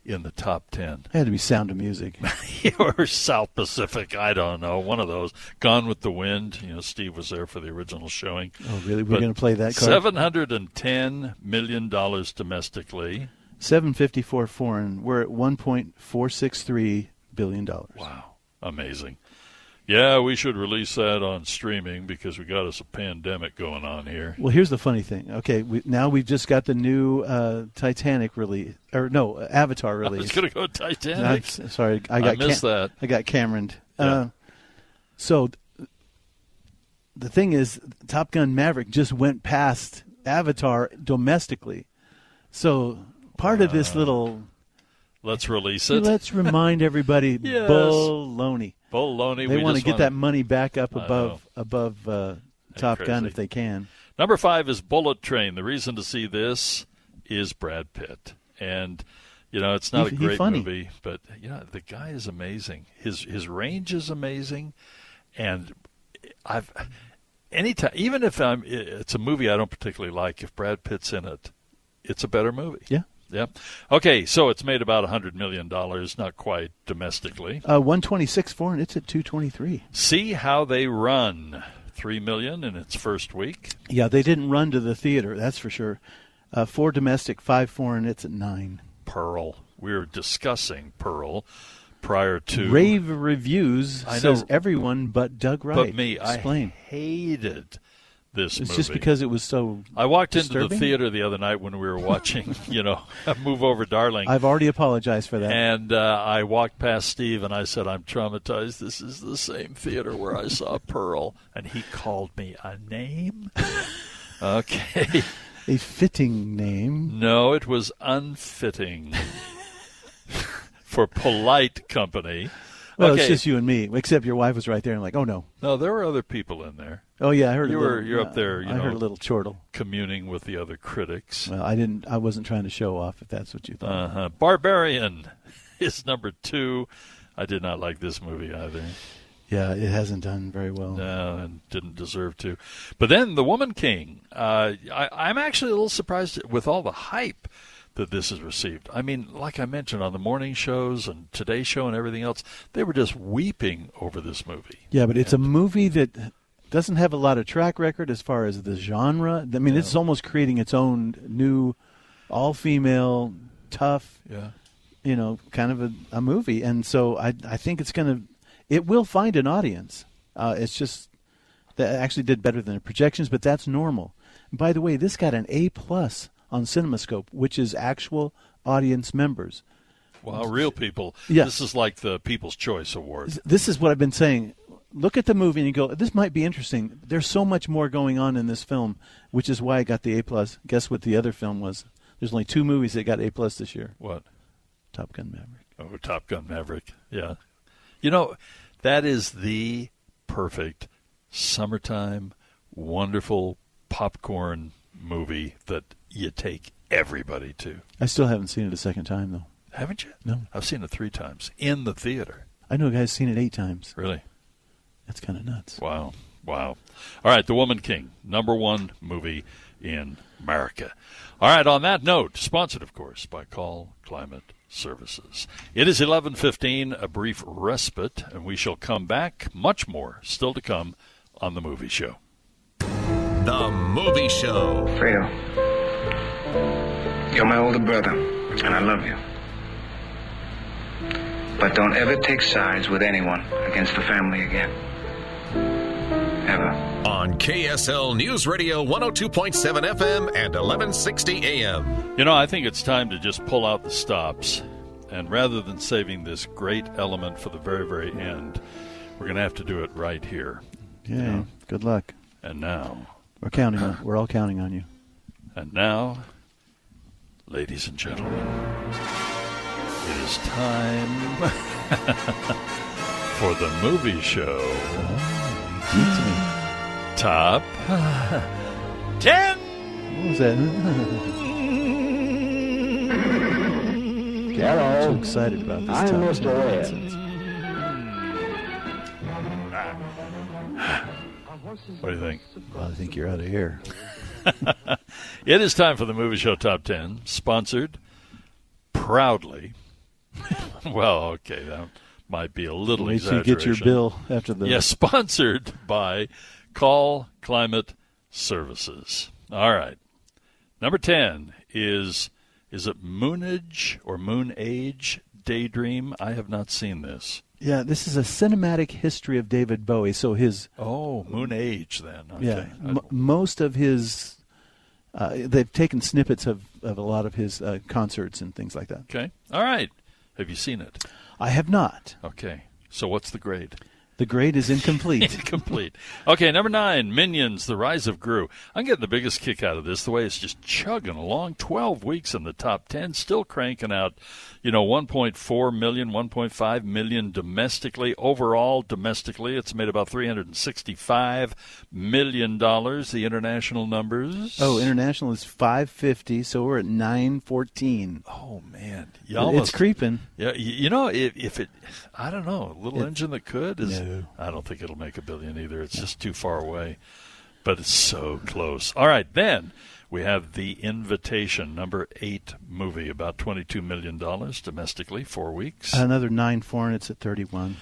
S4: in the top 10?
S5: It had to be Sound of Music.
S4: [laughs] or South Pacific, I don't know. One of those. Gone with the Wind. You know, Steve was there for the original showing.
S5: Oh, really? We're
S4: But
S5: gonna play that card?
S4: $710 million domestically.
S5: 754 foreign. We're at 1.463 billion dollars.
S4: Wow. Amazing. Yeah, we should release that on streaming because we got us a pandemic going on here.
S5: Well, here's the funny thing. Okay, we, now we've just got the new uh, Titanic release, or no,
S4: [laughs]
S5: Avatar
S4: I was
S5: release.
S4: gonna go Titanic.
S5: I'm s- sorry, I
S4: I
S5: got
S4: missed that.
S5: I got Cameroned.
S4: Yeah.
S5: Uh, so th- the thing is, Top Gun Maverick just went past Avatar domestically. So part of this little
S4: Let's release it.
S5: let's remind everybody,
S4: [laughs] Yes.
S5: baloney.
S4: Baloney.
S5: They
S4: We
S5: want to
S4: just
S5: get
S4: wanna-
S5: that money back up
S4: I know.
S5: above above uh, Top Gun
S4: crazy.
S5: if they can.
S4: Number five is Bullet Train. The reason to see this is Brad Pitt. And You know, it's not
S5: He-
S4: a
S5: he
S4: great
S5: funny.
S4: movie, but yeah, the guy is amazing. His his range is amazing, and I've anytime, even if I'm, it's a movie I don't particularly like. If Brad Pitt's in it, it's a better movie.
S5: Yeah.
S4: yeah. Okay, so it's made about a hundred million dollars, not quite domestically.
S5: Uh, 126 foreign. It's at 223.
S4: See how they run. Three million in its first week.
S5: Yeah, they didn't run to the theater. That's for sure. Uh, four domestic, five foreign. It's at nine.
S4: Pearl. We were discussing Pearl prior to
S5: Rave reviews
S4: I
S5: says
S4: know.
S5: everyone but Doug Wright.
S4: But me,
S5: Explain.
S4: I hated this
S5: it's
S4: movie.
S5: just because it was so.
S4: I walked into
S5: disturbing?
S4: the theater the other night when we were watching, [laughs] you know, Move Over Darling.
S5: I've already apologized for that.
S4: and uh, I walked past Steve and I said, I'm traumatized. This is the same theater where I saw Pearl. And he called me a name. [laughs] Okay.
S5: A fitting name.
S4: No, it was unfitting for polite company.
S5: Well,
S4: okay.
S5: it's just you and me. Except your wife was right there. and I'm like, oh no.
S4: No, there were other people in there.
S5: Oh yeah, I heard.
S4: you
S5: a
S4: were
S5: little- uh,
S4: you're up there. You
S5: I
S4: know,
S5: heard a little chortle.
S4: communing with the other critics.
S5: Well, I didn't. I wasn't trying to show off. If that's what you thought.
S4: Uh-huh. Barbarian [laughs] is number two. I did not like this movie either.
S5: Yeah, it hasn't done very well.
S4: No, and didn't deserve to. But then The Woman King. Uh, I, I'm actually a little surprised with all the hype that this has received. I mean, like I mentioned on the morning shows and Today Show and everything else, they were just weeping over this movie.
S5: Yeah, but it's a movie that doesn't have a lot of track record as far as the genre. I mean, it's almost creating its own new, all female, tough,
S4: Yeah.
S5: you know, kind of a, a movie. And so I, I think it's going to, it will find an audience. Uh, it's just that it actually did better than the projections, but that's normal. By the way, this got an A plus on CinemaScope, which is actual audience members.
S4: Wow, real people.
S5: Yeah.
S4: This is like the People's Choice Award.
S5: This is what I've been saying. Look at the movie and you go, this might be interesting. There's so much more going on in this film, which is why I got the A plus. Guess what the other film was? There's only two movies that got A plus this year.
S4: What?
S5: Top Gun Maverick.
S4: Oh, Top Gun Maverick. Yeah. You know, that is the perfect summertime, wonderful popcorn movie that you take everybody to.
S5: I still haven't seen it a second time though.
S4: Haven't you?
S5: No.
S4: I've seen it three times in the theater.
S5: I know a guy's seen it eight times.
S4: Really?
S5: That's kind of nuts.
S4: Wow. Wow. All right, The Woman King, number one movie in America. All right, on that note, sponsored of course by Call Climate Services. It is 11:15, a brief respite, and we shall come back much more still to come on the movie show.
S10: The Movie Show.
S17: Fredo. You're my older brother, and I love you. But don't ever take sides with anyone against the family again. Ever.
S10: On KSL News Radio 102.7 FM and 1160 AM.
S4: You know, I think it's time to just pull out the stops. And rather than saving this great element for the very, very end, we're going to have to do it right here
S5: Yeah. Good luck.
S4: and now.
S5: We're counting on. We're all counting on you.
S4: And now, ladies and gentlemen, it is time [laughs] for the movie
S5: [gasps]
S4: show. Top 10.
S5: What was that?
S18: Hello.
S5: So excited about this.
S18: I'm
S5: topic.
S18: Mr. Ed.
S4: What do you think?
S5: Well, I think you're out of here.
S4: it is time for the movie show top 10 sponsored proudly [laughs] well okay that might be a little
S5: Wait till you
S4: exaggeration
S5: get your bill after the-
S4: yes sponsored by call climate services all right number 10 is is it moonage or moon age daydream i have not seen this
S5: Yeah, this is a cinematic history of David Bowie. So his
S4: oh moon age then okay
S5: yeah, m- most of his uh, they've taken snippets of, of a lot of his uh, concerts and things like that.
S4: okay all right have you seen it
S5: I have not.
S4: okay so what's the grade
S5: The grade is
S4: [laughs]
S5: incomplete.
S4: Incomplete. Okay, number nine, Minions: The Rise of Gru. I'm getting the biggest kick out of this. The way it's just chugging along, 12 weeks in the top 10, still cranking out, you know, 1.4 million, 1.5 million domestically. Overall, domestically, it's made about 365 million dollars. The international numbers.
S5: Oh, international is 550, so we're at 914.
S4: Oh man,
S5: It- it's creeping.
S4: Yeah, y- you know, if, if it, I don't know, little
S5: It-
S4: engine that could is.
S5: No.
S4: I don't think it'll make a billion either. It's just too far away, but it's so close. All right, then we have the Invitation, number eight movie, about twenty-two million dollars domestically, four weeks.
S5: Another nine foreign. It's at 31.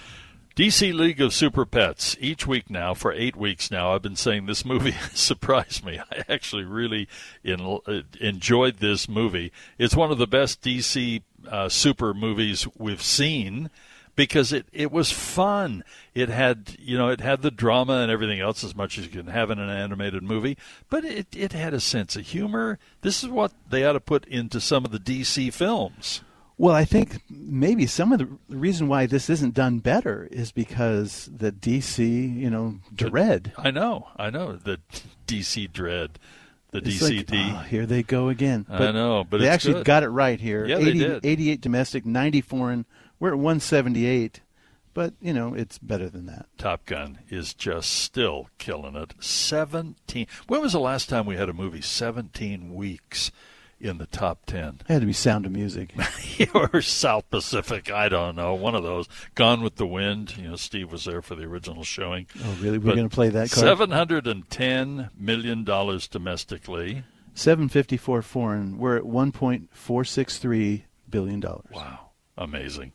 S4: DC League of Super Pets each week now for eight weeks now. I've been saying this movie [laughs] surprised me. I actually really in, uh, enjoyed this movie. It's one of the best DC uh, super movies we've seen because it it was fun. It had you know it had the drama and everything else as much as you can have in an animated movie, but it it had a sense of humor. This is what they ought to put into some of the DC films.
S5: Well, I think maybe some of the the reason why this isn't done better is because the DC, you know, dread.
S4: I know, I know the [laughs] DC Dread, the
S5: It's like,
S4: DCD.
S5: "Oh, here they go again.
S4: I know, but
S5: they
S4: it's
S5: actually
S4: good.
S5: got it right here.
S4: Yeah, they did.
S5: 88 domestic, 90 foreign. We're at 178, but you know it's better than that.
S4: Top Gun is just still killing it. 17. When was the last time we had a movie 17 weeks in the top 10?
S5: It had to be Sound of Music.
S4: [laughs]
S5: Oh,
S4: or South Pacific, I don't know. One of those. Gone with the Wind. You know, Steve was there for the original showing.
S5: Oh, really? We're gonna play that card?
S4: $710 million domestically.
S5: 754 foreign. We're at 1.463 billion dollars.
S4: Wow, amazing.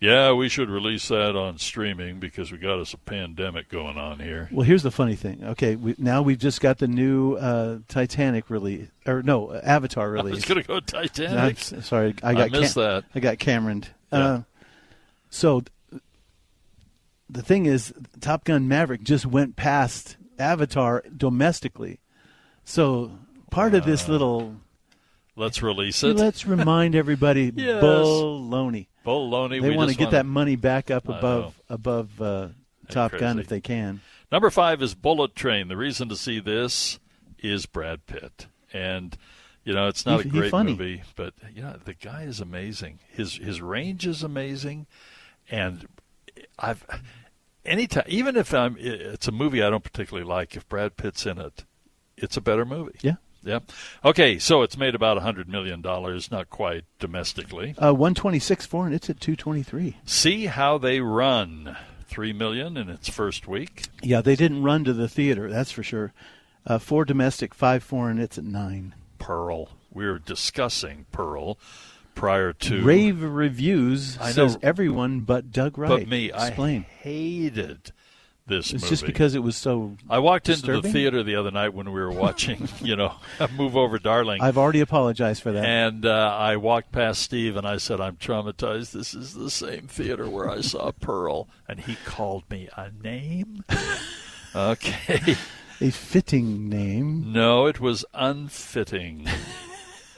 S4: Yeah, we should release that on streaming because we got us a pandemic going on here.
S5: Well, here's the funny thing. Okay, we, now we've just got the new uh, Titanic release, or no, Avatar
S4: I was
S5: release.
S4: gonna go Titanic.
S5: No, I'm s- sorry, I
S4: I
S5: got
S4: missed that.
S5: I got Cameroned. Uh, so th- the thing is, Top Gun Maverick just went past Avatar domestically. So part of this little
S4: Let's release it.
S5: let's remind everybody
S4: [laughs] Yes.
S5: baloney.
S4: Baloney.
S5: They
S4: we
S5: want to
S4: just
S5: get
S4: wanna-
S5: that money back up
S4: I know.
S5: above above uh, Top Gun
S4: crazy.
S5: if they can.
S4: Number five is Bullet Train. The reason to see this is Brad Pitt, and you know it's not
S5: He-
S4: a
S5: he
S4: great
S5: funny.
S4: movie, but you know the guy is amazing. His his range is amazing, and I've anytime even if I'm it's a movie I don't particularly like. If Brad Pitt's in it, it's a better movie.
S5: Yeah.
S4: Yeah. Okay, so it's made about a hundred million dollars, not quite domestically.
S5: Uh, 126 foreign. It's at 223.
S4: See how they run. Three million in its first week.
S5: Yeah, they didn't run to the theater, that's for sure. Uh, four domestic, five foreign. It's at nine.
S4: Pearl. We were discussing Pearl prior to
S5: Rave reviews
S4: I
S5: says
S4: know.
S5: everyone but Doug Wright.
S4: But me,
S5: explain.
S4: I hated this
S5: it's
S4: movie.
S5: just because it was so.
S4: I walked into
S5: disturbing?
S4: the theater the other night when we were watching, [laughs] you know, Move Over Darling.
S5: I've already apologized for that.
S4: and uh, I walked past Steve and I said, I'm traumatized. This is the same theater where I
S5: [laughs]
S4: saw Pearl. And he called me a name. Okay. [laughs]
S5: A fitting name.
S4: No, it was
S5: [laughs]
S4: unfitting [laughs]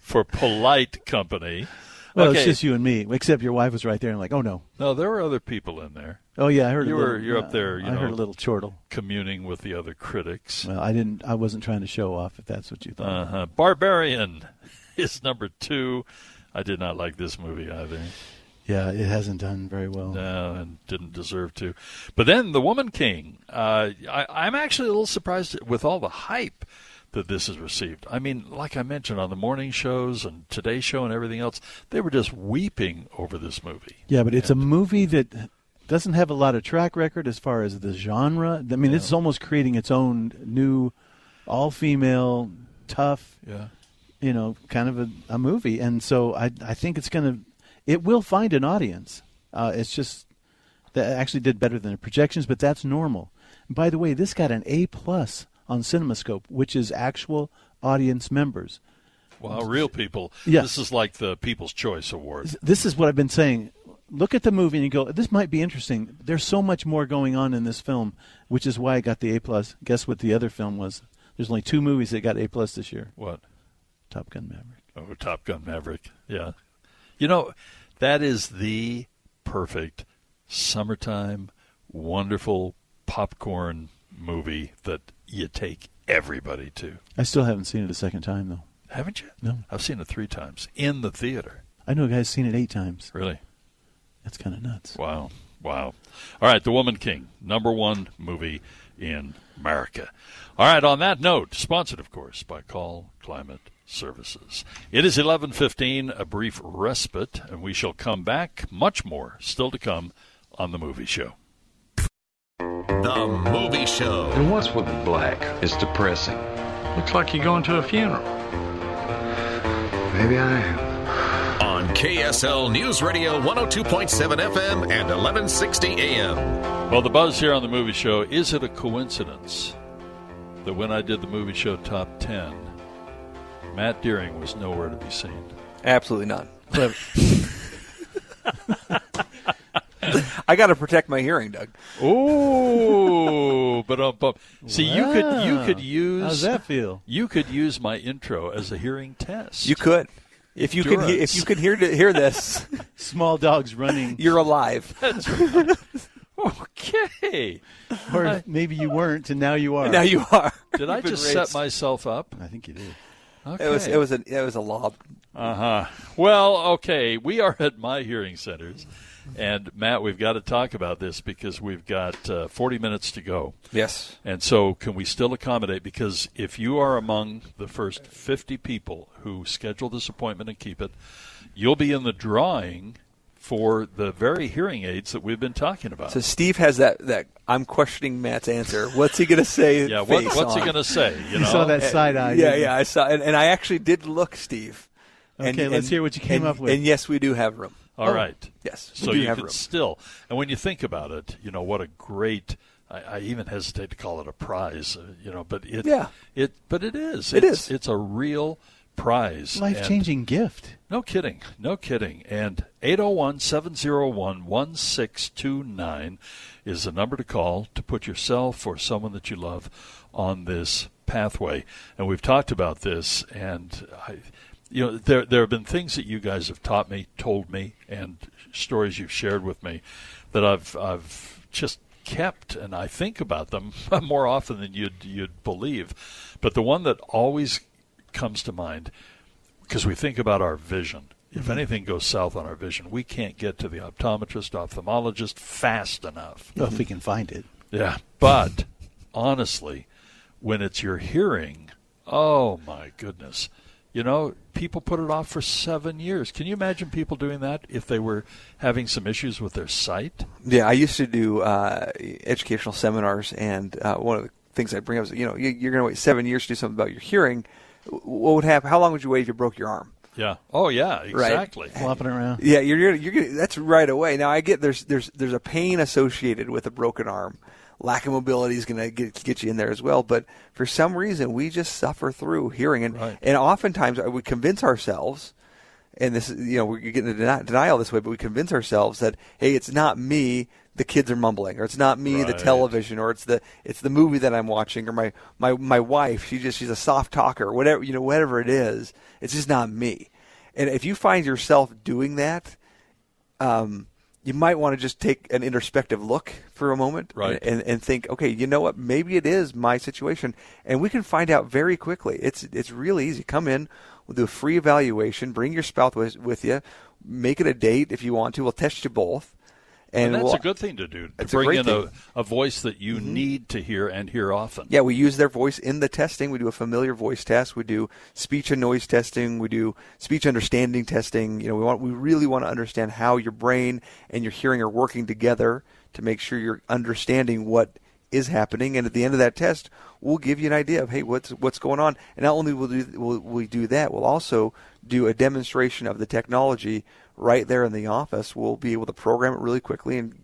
S4: for polite company.
S5: Well,
S4: okay.
S5: it's just you and me, except your wife was right there and like, oh no.
S4: No, there were other people in there.
S5: Oh, yeah, I heard a
S4: you were
S5: little-
S4: you're up there. You
S5: I
S4: know,
S5: heard a little chortle.
S4: communing with the other critics.
S5: Well, I didn't. I wasn't trying to show off. If that's what you thought.
S4: Uh-huh. Barbarian [laughs] is number two. I did not like this movie either.
S5: Yeah, it hasn't done very well.
S4: No, and didn't deserve to. But then The Woman King. Uh, I, I'm actually a little surprised with all the hype that this has received. I mean, like I mentioned on the morning shows and Today Show and everything else, they were just weeping over this movie.
S5: Yeah, but it's a movie that doesn't have a lot of track record as far as the genre. I mean, it's almost creating its own new, all female, tough,
S4: Yeah.
S5: you know, kind of a, a movie. And so I, I think it's going to, it will find an audience. Uh, it's just that it actually did better than the projections, but that's normal. by the way, this got an A plus on CinemaScope, which is actual audience members.
S4: Wow, real people.
S5: Yeah.
S4: This is like the People's Choice Award.
S5: this is what I've been saying. Look at the movie and you go, this might be interesting. There's so much more going on in this film, which is why I got the A plus. Guess what the other film was? There's only two movies that got A plus this year.
S4: What?
S5: Top Gun Maverick.
S4: Oh, Top Gun Maverick. Yeah. You know, that is the perfect summertime wonderful popcorn movie that you take everybody to.
S5: I still haven't seen it a second time though.
S4: Haven't you?
S5: No.
S4: I've seen it three times in the theater.
S5: I know a guy's seen it eight times.
S4: Really?
S5: That's kind of nuts.
S4: Wow. Wow. All right, The Woman King, number one movie in America. All right, on that note, sponsored of course by Call Climate Services. It is 11:15, a brief respite, and we shall come back much more still to come on the movie show.
S10: The Movie Show.
S19: And what's with the black? It's depressing. Looks like you're going to a funeral.
S10: Maybe I am. On KSL News Radio 102.7 FM and 1160 AM.
S4: Well, the buzz here on the movie show is it a coincidence that when I did the movie show top 10, Matt Deering was nowhere to be seen?
S7: Absolutely not. [laughs] I got to protect my hearing, Doug.
S4: Oh, but um, bum. see, you could you
S7: Wow.
S4: could use
S7: How's that feel?
S4: You could use my intro as a hearing test.
S7: You could. If you can, if you can hear hear this,
S5: small dogs running.
S7: [laughs] You're alive.
S4: That's right. Okay.
S5: Or
S4: I-
S5: maybe you weren't, and now you are.
S7: Now you are.
S4: Did I just set myself up?
S5: I think you did.
S7: It was it was a it was a lob.
S4: Uh huh. Well, okay. We are at my hearing centers, and Matt, we've got to talk about this because we've got uh, 40 minutes to go.
S7: Yes.
S4: And so, can we still accommodate? Because if you are among the first 50 people who schedule this appointment and keep it, you'll be in the drawing for the very hearing aids that we've been talking about.
S7: So Steve has that that I'm questioning Matt's answer. What's he going to
S4: [laughs]
S7: say?
S4: Yeah, what-
S7: face
S4: what's he
S7: on?
S4: gonna say, you You know? saw that side eye,
S7: Oh, Yeah,
S4: didn't you?
S7: yeah, I saw, and, and I actually did look, Steve.
S4: Okay, let's hear what you came
S7: and-
S4: up with.
S7: And yes, we do have room.
S4: All right.
S7: Oh, Yes, we
S4: So
S7: do
S4: you
S7: have
S4: can
S7: room.
S4: still, and when you think about it, you know what a great. I, I even hesitate to call it a prize, uh, you know, but it.
S5: Yeah.
S4: It, but it is.
S5: It
S4: it's, It's a real prize.
S5: Life
S4: and-
S5: changing gift.
S4: no kidding. No kidding. And 801 701 1629 is the number to call to put yourself or someone that you love on this pathway. And we've talked about this, and I. You know, there there have been things that you guys have taught me, told me, and stories you've shared with me that I've I've just kept, and I think about them [laughs] more often than you'd you'd believe. But the one that always comes to mind because we think about our vision. If
S7: Mm-hmm.
S4: anything goes south on our vision, we can't get to the optometrist, ophthalmologist fast enough.
S5: Well, if we can find it.
S4: Yeah. But honestly, when it's your hearing, oh my goodness. You know, people put it off for seven years. Can you imagine people doing that if they were having some issues with their sight?
S7: Yeah, I used to do uh, educational seminars, and uh, one of the things I bring up is, you know, you, you're going to wait seven years to do something about your hearing. W- What would happen? How long would you wait if you broke your arm?
S4: Yeah. Oh, yeah,
S7: Right.
S4: exactly.
S5: Flopping around.
S7: Yeah, you're you're, you're gonna, that's right away. Now I get there's there's there's a pain associated with a broken arm. Lack of mobility is going to get get you in there as well. But for some reason, we just suffer through hearing, and
S4: Right.
S7: and oftentimes uh, we convince ourselves, and this is- you know we're getting into deni- denial this way, but we convince ourselves that hey, it's not me. The kids are mumbling, or it's not me, the
S4: Right.
S7: television, or it's the it's the movie that I'm watching, or my, my, my wife. She just she's a soft talker, or whatever you know, whatever it is. It's just not me. And if you find yourself doing that, um, you might want to just take an introspective look for a moment
S4: Right.
S7: and, and think, okay, you know what? Maybe it is my situation. And we can find out very quickly. It's, it's really easy. Come in, we'll do a free evaluation, bring your spouse with, with you, make it a date if you want to. We'll test you both. And,
S4: And, that's
S7: we'll-
S4: a good thing to do. To
S7: It's a
S4: bring
S7: great
S4: in
S7: thing. Mm-hmm.
S4: A, a voice that you need to hear and hear often.
S7: Yeah, we use their voice in the testing. We do a familiar voice test. We do speech and noise testing. We do speech understanding testing. You know, we want we really want to understand how your brain and your hearing are working together to make sure you're understanding what is happening. And at the end of that test, we'll give you an idea of hey, what's what's going on. And not only will do will we do that, we'll also do a demonstration of the technology right there in the office. We'll be able to program it really quickly and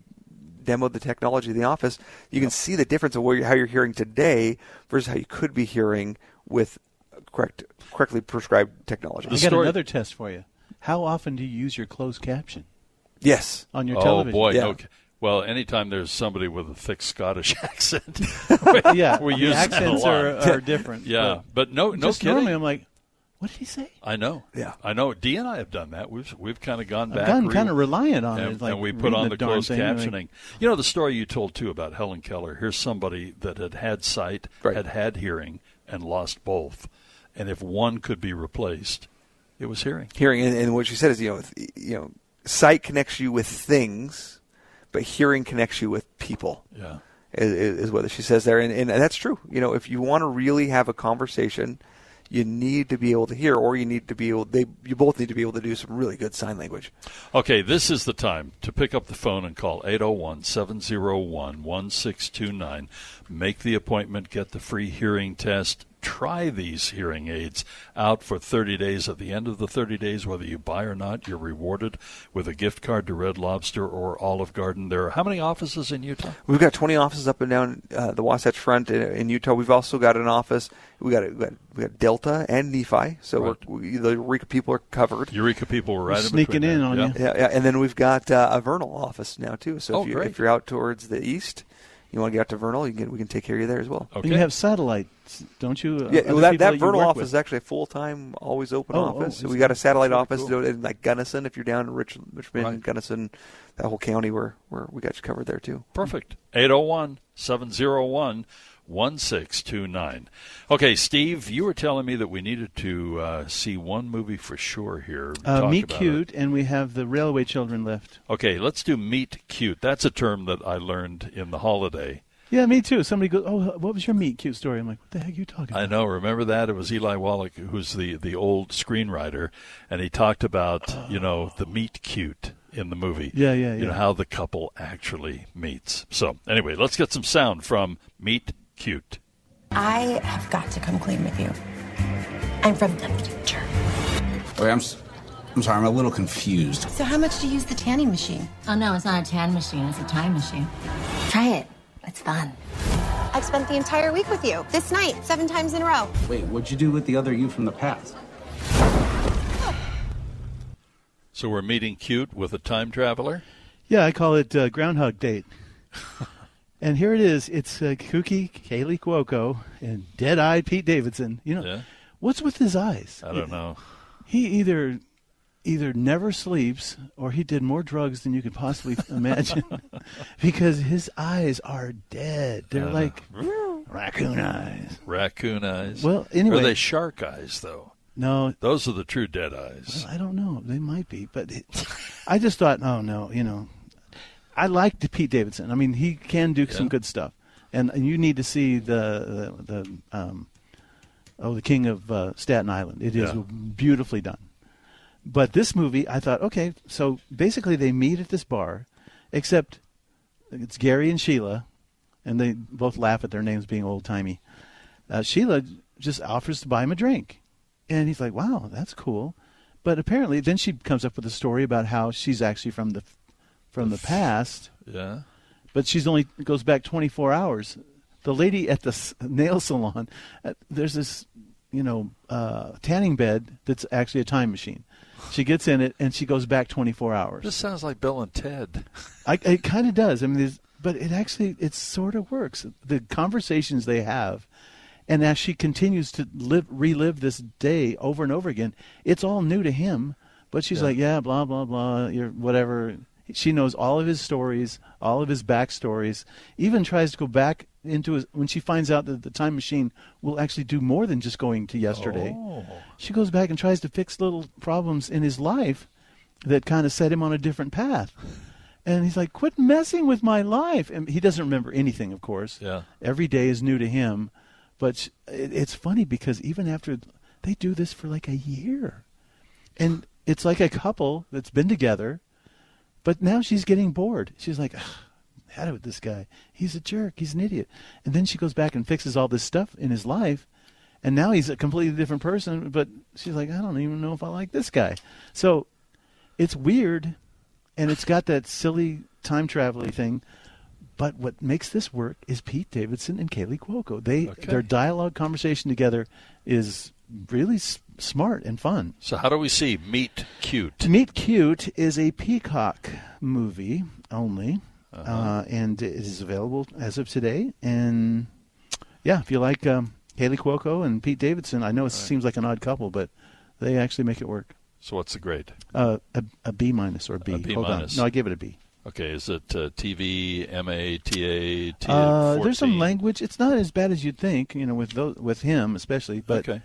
S7: demo the technology in the office, you can see the difference of where you, how you're hearing today versus how you could be hearing with correct correctly prescribed technology.
S5: I got another test for you. How often do you use your closed caption?
S7: Yes.
S5: On your
S4: oh,
S5: television.
S4: boy.
S5: Yeah.
S4: no ki- well, anytime there's somebody with a thick Scottish [laughs] accent,
S5: [laughs] yeah,
S4: we
S5: the
S4: use that a
S5: accents
S4: lot.
S5: are, are different.
S4: Yeah, but, no, no
S5: just
S4: kidding.
S5: Normally, I'm like, What did he say?
S4: I know.
S5: Yeah.
S4: I know. Dee and I have done that. We've we've kind of gone
S5: I've
S4: back.
S5: gotten
S4: re-
S5: kinda reliant on
S4: and,
S5: it, like
S4: and we put
S5: reading
S4: on
S5: the
S4: the,
S5: darn
S4: closed
S5: thing, like-
S4: captioning. You know the story you told too about Helen Keller. Here's somebody that had had sight, had had hearing, and lost both. And if one could be replaced, it was hearing.
S7: Hearing and, and what she said is you know th- you know sight connects you with things, but hearing connects you with people.
S4: Yeah.
S7: is, is is what she says there, and, and that's true. You know, if you want to really have a conversation, you need to be able to hear, or you need to be able. They you both need to be able to do some really good sign language.
S4: Okay, this is the time to pick up the phone and call 801 701 1629. Make the appointment, get the free hearing test. Try these hearing aids out for 30 days. At the end of the 30 days, whether you buy or not, you're rewarded with a gift card to Red Lobster or Olive Garden. There are how many offices in Utah?
S7: We've got 20 offices up and down uh, the Wasatch Front in, in Utah. We've also got an office. We got we got, we got Delta and Nephi, so we're, we, the Eureka people are
S4: [laughs]
S7: covered.
S4: Eureka people were right
S5: Sneaking
S4: between
S5: in
S4: there.
S5: on
S4: Yeah.
S5: you.
S7: Yeah, yeah, and then we've got uh, a Vernal office now too. So
S4: Oh,
S7: if, you,
S4: great.
S7: if you're out towards the east, you want to get out to Vernal, you can get, we can take care of you there as
S4: Oh,
S7: well.
S5: And you have satellites, don't you? Uh,
S7: Yeah,
S5: other
S7: well, that,
S5: people
S7: that
S5: you
S7: Vernal
S5: work
S7: office
S5: with.
S7: is actually a full time, always open
S5: Oh, oh,
S7: office. so
S5: that's-
S7: we got a satellite
S5: that's
S7: office
S5: really
S7: in like Gunnison. If you're down in Rich, Richmond, Gunnison, that whole county where where we got you covered there too.
S4: Perfect. 801 701 1629. Okay, Steve, you were telling me that we needed to uh, see one movie for sure here.
S5: Uh,
S4: Talk
S5: Meet
S4: about it.
S5: Cute, and we have the Railway Children left.
S4: Okay, let's do meet cute. That's a term that I learned in the holiday.
S5: Yeah, me too. Somebody goes, "Oh, what was your Meet Cute story?" I'm like, "What the heck are you talking?"
S4: I know. Remember that? It was Eli Wallach, who's the, the old screenwriter, and he talked about, you know, the meet cute in the movie.
S5: Yeah, yeah,
S4: You know,
S5: yeah.
S4: how the couple actually meets. So, anyway, let's get some sound from Meet Cute.
S20: I have got to come clean with you. I'm from the future.
S21: Wait, I'm, s- I'm sorry, I'm a little confused.
S9: So, how much do you use the tanning machine? Oh, no, it's not a tan machine, it's a time machine. Try it. It's fun.
S22: I've spent the entire week with you. This night, seven times in a row.
S21: Wait, what'd you do with the other you from the past?
S4: So, we're meeting cute with a time traveler.
S5: Yeah, I call it uh, Groundhog
S4: [laughs]
S5: Date. and here it is. It's uh, Kuki, Kaylee Cuoco, and Dead-Eyed Pete Davidson. You know,
S4: Yeah.
S5: what's with his eyes?
S4: I don't know.
S5: He either either never sleeps or he did more drugs than you could possibly imagine [laughs] because his eyes are dead. They're
S4: Uh,
S5: like raccoon eyes.
S4: Raccoon eyes.
S5: Well, anyway-
S4: Are they shark eyes, though?
S5: No,
S4: Those are the true dead eyes.
S5: I don't know. They might be, but it, [laughs] I just thought, oh no, you know, I liked Pete Davidson. I mean, he can do some
S4: Yeah.
S5: good stuff, and, and you need to see the the, the um, oh, the King of uh, Staten Island. It is
S4: Yeah.
S5: beautifully done. But this movie, I thought, okay, so basically they meet at this bar, except it's Gary and Sheila, and they both laugh at their names being old timey. Uh, Sheila just offers to buy him a drink, and he's like, "Wow, that's cool." But apparently, then she comes up with a story about how she's actually from the from the past,
S4: Yeah.
S5: but she's only goes back 24 hours. The lady at the s- nail salon, uh, there's this, you know, uh, tanning bed that's actually a time machine. She gets in it and she goes back 24 hours.
S4: This sounds like Bill and Ted.
S5: I, it kind of does. I mean, there's, but it actually it sort of works. The conversations they have, and as she continues to live, relive this day over and over again, it's all new to him. But she's
S4: Yeah.
S5: like, yeah, blah blah blah, you're whatever. She knows all of his stories, all of his backstories. Even tries to go back into his when she finds out that the time machine will actually do more than just going to yesterday. She goes back and tries to fix little problems in his life that kind of set him on a different path. And he's like, quit messing with my life. And he doesn't remember anything, of course.
S4: Yeah.
S5: Every day is new to him. But sh- it, it's funny because even after they do this for like a year, and it's like a couple that's been together, but now she's getting bored. She's like, "Ugh, had it with this guy. He's a jerk. He's an idiot. And then she goes back and fixes all this stuff in his life. And now he's a completely different person. But she's like, I don't even know if I like this guy. So it's weird. And it's got that silly time traveling thing. But what makes this work is Pete Davidson and Kaylee Cuoco. They
S4: Okay.
S5: their dialogue conversation together is really s- smart and fun.
S4: So, how do we see Meet Cute?
S5: To Meet Cute is a Peacock movie only, uh
S4: Uh-huh.
S5: and it is available as of today. And yeah, if you like um, Haley Cuoco and Pete Davidson. I know it seems like an odd couple, but they actually make it work.
S4: So what's the grade?
S5: Uh, a, a B minus or a B.
S4: A B
S5: Hold
S4: minus.
S5: on. No, I give it a B.
S4: Okay, is it uh, TV, MA, TA, T?
S5: Uh, there's
S4: 14?
S5: some language. It's not as bad as you'd think, you know, with those, with him especially. But
S4: Okay.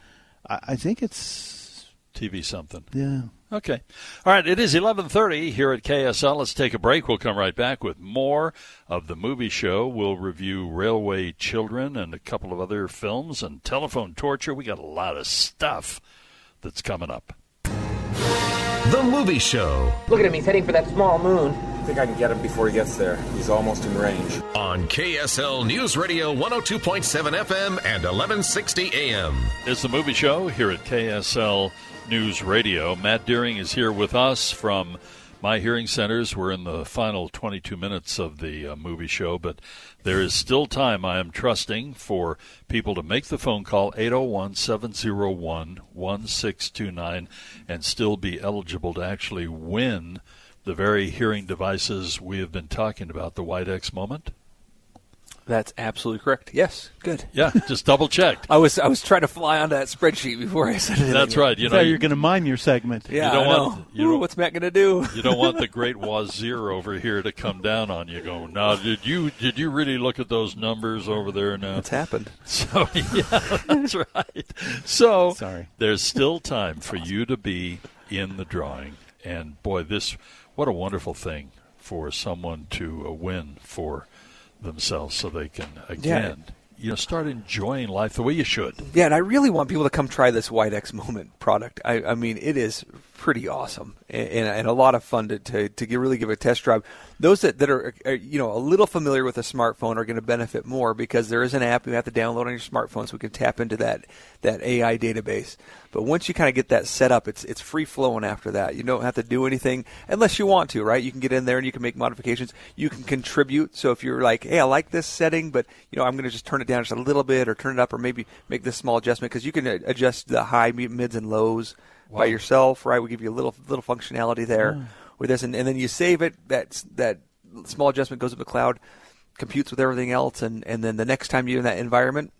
S5: I, I think it's
S4: TV something.
S5: yeah.
S4: Okay. All right, it is 11:30 here at KSL. Let's take a break. We'll come right back with more of the movie show. We'll review Railway Children and a couple of other films and Telephone Torture. We got a lot of stuff that's coming up.
S1: The movie show
S23: Look at him, he's heading for that small moon. I think I can get him before he gets there. He's almost in range.
S10: on KSL News Radio 102.7 FM and 1160 AM.
S4: It's the movie show here at KSL News Radio. Matt Deering is here with us from My Hearing Centers. We're in the final 22 minutes of the uh, movie show, but there is still time, I am trusting, for people to make the phone call 801 701 1629 and still be eligible to actually win the very hearing devices we have been talking about, the White X moment.
S7: That's absolutely correct. Yes, good.
S4: Yeah, just double
S5: [laughs]
S4: checked.
S7: I was I was trying to fly onto that spreadsheet before I said it.
S4: That's right. You know,
S5: I thought you were going to mime your segment.
S7: Yeah,
S4: don't
S7: I
S4: want-
S7: know. Ooh, what's Matt going to do?
S4: You don't want the great wazir over here to come down on you. Go now. Did you did you really look at those numbers over there? Now
S7: [laughs] It's happened.
S4: So yeah, that's right. So
S5: Sorry.
S4: there's still time for you to be in the drawing. And boy, this what a wonderful thing for someone to uh, win for themselves, so they can again you know start enjoying life the way you should.
S7: Yeah, and I really want people to come try this White X Moment product. I, I mean, it is pretty awesome and, and, and a lot of fun to, to, to get, really give a test drive. Those that, that are, are, you know, a little familiar with a smartphone are going to benefit more because there is an app you have to download on your smartphone so we can tap into that, that AI database. But once you kind of get that set up, it's, it's free flowing after that. You don't have to do anything unless you want to, right? You can get in there and you can make modifications. You can contribute. So if you're like, hey, I like this setting, but you know, I'm going to just turn it down just a little bit or turn it up or maybe make this small adjustment because you can uh, adjust the high, me- mids, and lows by
S4: Wow.
S7: yourself, right? We give you a little little functionality there
S4: Yeah.
S7: with this, and, and then you save it. That that small adjustment goes up the cloud, computes with everything else, and, and then the next time you're in that environment,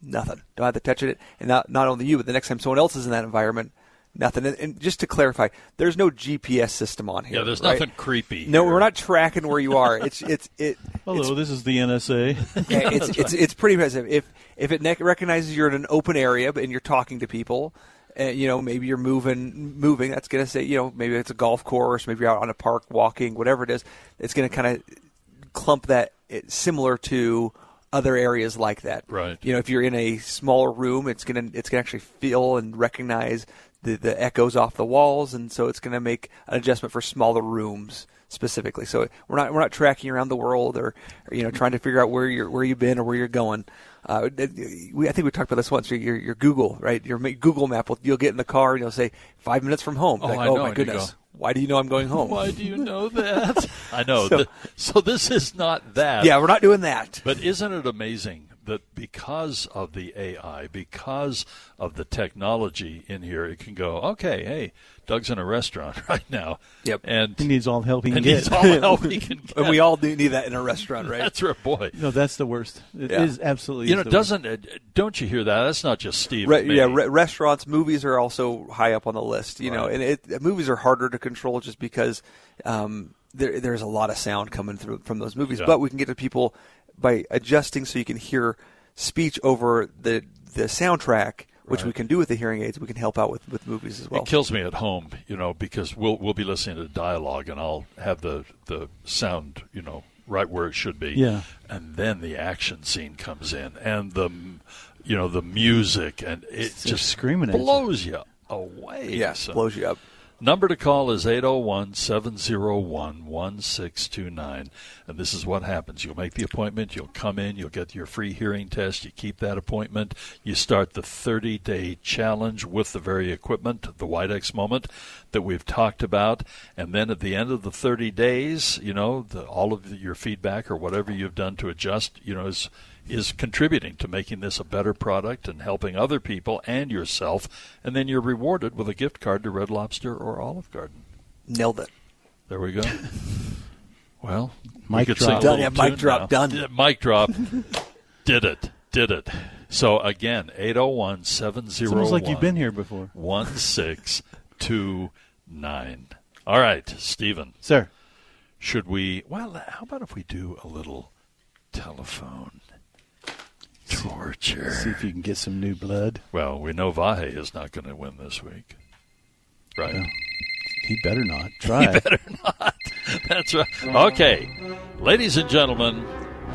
S7: nothing. Don't have to touch it. And not, not only you, but the next time someone else is in that environment, nothing. And, and just to clarify, there's no GPS system on here.
S4: Yeah, there's
S7: right?
S4: nothing creepy
S7: No, we're not tracking where you are. It's it's it.
S5: Hello,
S7: it's-
S5: this is
S4: [laughs]
S5: the NSA.
S7: [laughs] yeah, it's, it's it's pretty impressive. If if it nec- recognizes you're in an open area but- and you're talking to people, uh, you know maybe you're moving moving. That's gonna say you know maybe it's a golf course, maybe you're out on a park walking, whatever it is. It's gonna kind of clump that it's similar to other areas like that.
S4: Right.
S7: You know if you're in a smaller room, it's gonna it's gonna actually feel and recognize the the echoes off the walls, and so it's gonna make an adjustment for smaller rooms specifically. So we're not we're not tracking around the world or, or, you know trying to figure out where you're where you've been or where you're going. Uh, we, I think we talked about this once. Your, your, your Google, right? Your ma- Google map. Will, you'll get in the car and you'll say five minutes from home.
S4: Oh,
S7: like,
S4: I
S7: oh
S4: know,
S7: my
S4: and you
S7: goodness.
S4: go,
S7: Why do you know I'm going home?
S4: Why do you know that?
S7: [laughs]
S4: I know.
S7: So-
S4: Th- So, this is not that.
S7: Yeah, we're not doing that.
S4: But isn't it amazing that because of the AI, because of the technology in here, it can go, okay, hey, Doug's in a restaurant [laughs] right now.
S7: Yep.
S4: And
S5: he needs all the help he can
S4: and
S5: get. [laughs]
S4: needs all the help he can
S7: and
S4: get.
S7: we all do need that in a restaurant,
S4: [laughs]
S7: right?
S4: That's right, boy.
S5: no, that's the worst. It is
S7: Yeah.
S5: absolutely.
S4: You know,
S5: is the
S4: doesn't it, don't you hear that? That's not just Steve.
S7: Re-
S4: and me.
S7: yeah, re- restaurants, movies are also high up on the list. You know, and it, movies are harder to control just because um, there, there's a lot of sound coming through from those movies.
S4: Yeah.
S7: But we can get to people by adjusting so you can hear speech over the the soundtrack, which we
S4: Right.
S7: can do with the hearing aids. We can help out with, with movies as well.
S4: It kills me at home, you know, because we'll we'll be listening to dialogue and I'll have the the sound, you know, right where it should be.
S5: Yeah.
S4: And then the action scene comes in and the m- you know, the music and it
S5: They're
S4: just
S5: screaming at you.
S4: blows you away.
S7: Yeah,
S4: So-
S7: blows you up.
S4: Number to call is 801 701 1629. And this is what happens. You'll make the appointment, you'll come in, you'll get your free hearing test, you keep that appointment, you start the 30 day challenge with the very equipment, the Widex moment that we've talked about. And then at the end of the 30 days, you know, the, all of your feedback or whatever you've done to adjust, you know, is is contributing to making this a better product and helping other people and yourself, and then you're rewarded with a gift card to Red Lobster or Olive Garden.
S7: Nailed it.
S4: There we go. Well, we
S5: Mic
S4: could
S5: drop.
S4: sing a little
S7: Done. Yeah, mic
S4: tune
S7: drop.
S4: now.
S7: Done.
S4: Yeah, mic drop. Did it. Did it. So again, 801 701
S5: Sounds like you've been here before.
S4: 1629. All right, Stephen.
S5: Sir.
S4: Should we, well, how about if we do a little telephone torture?
S5: See if you can get some new blood.
S4: Well, we know Vahe is not going to win this week. Right.
S5: He better
S4: [laughs]
S5: not try.
S4: You better not. [laughs] That's right. Okay. Ladies and gentlemen,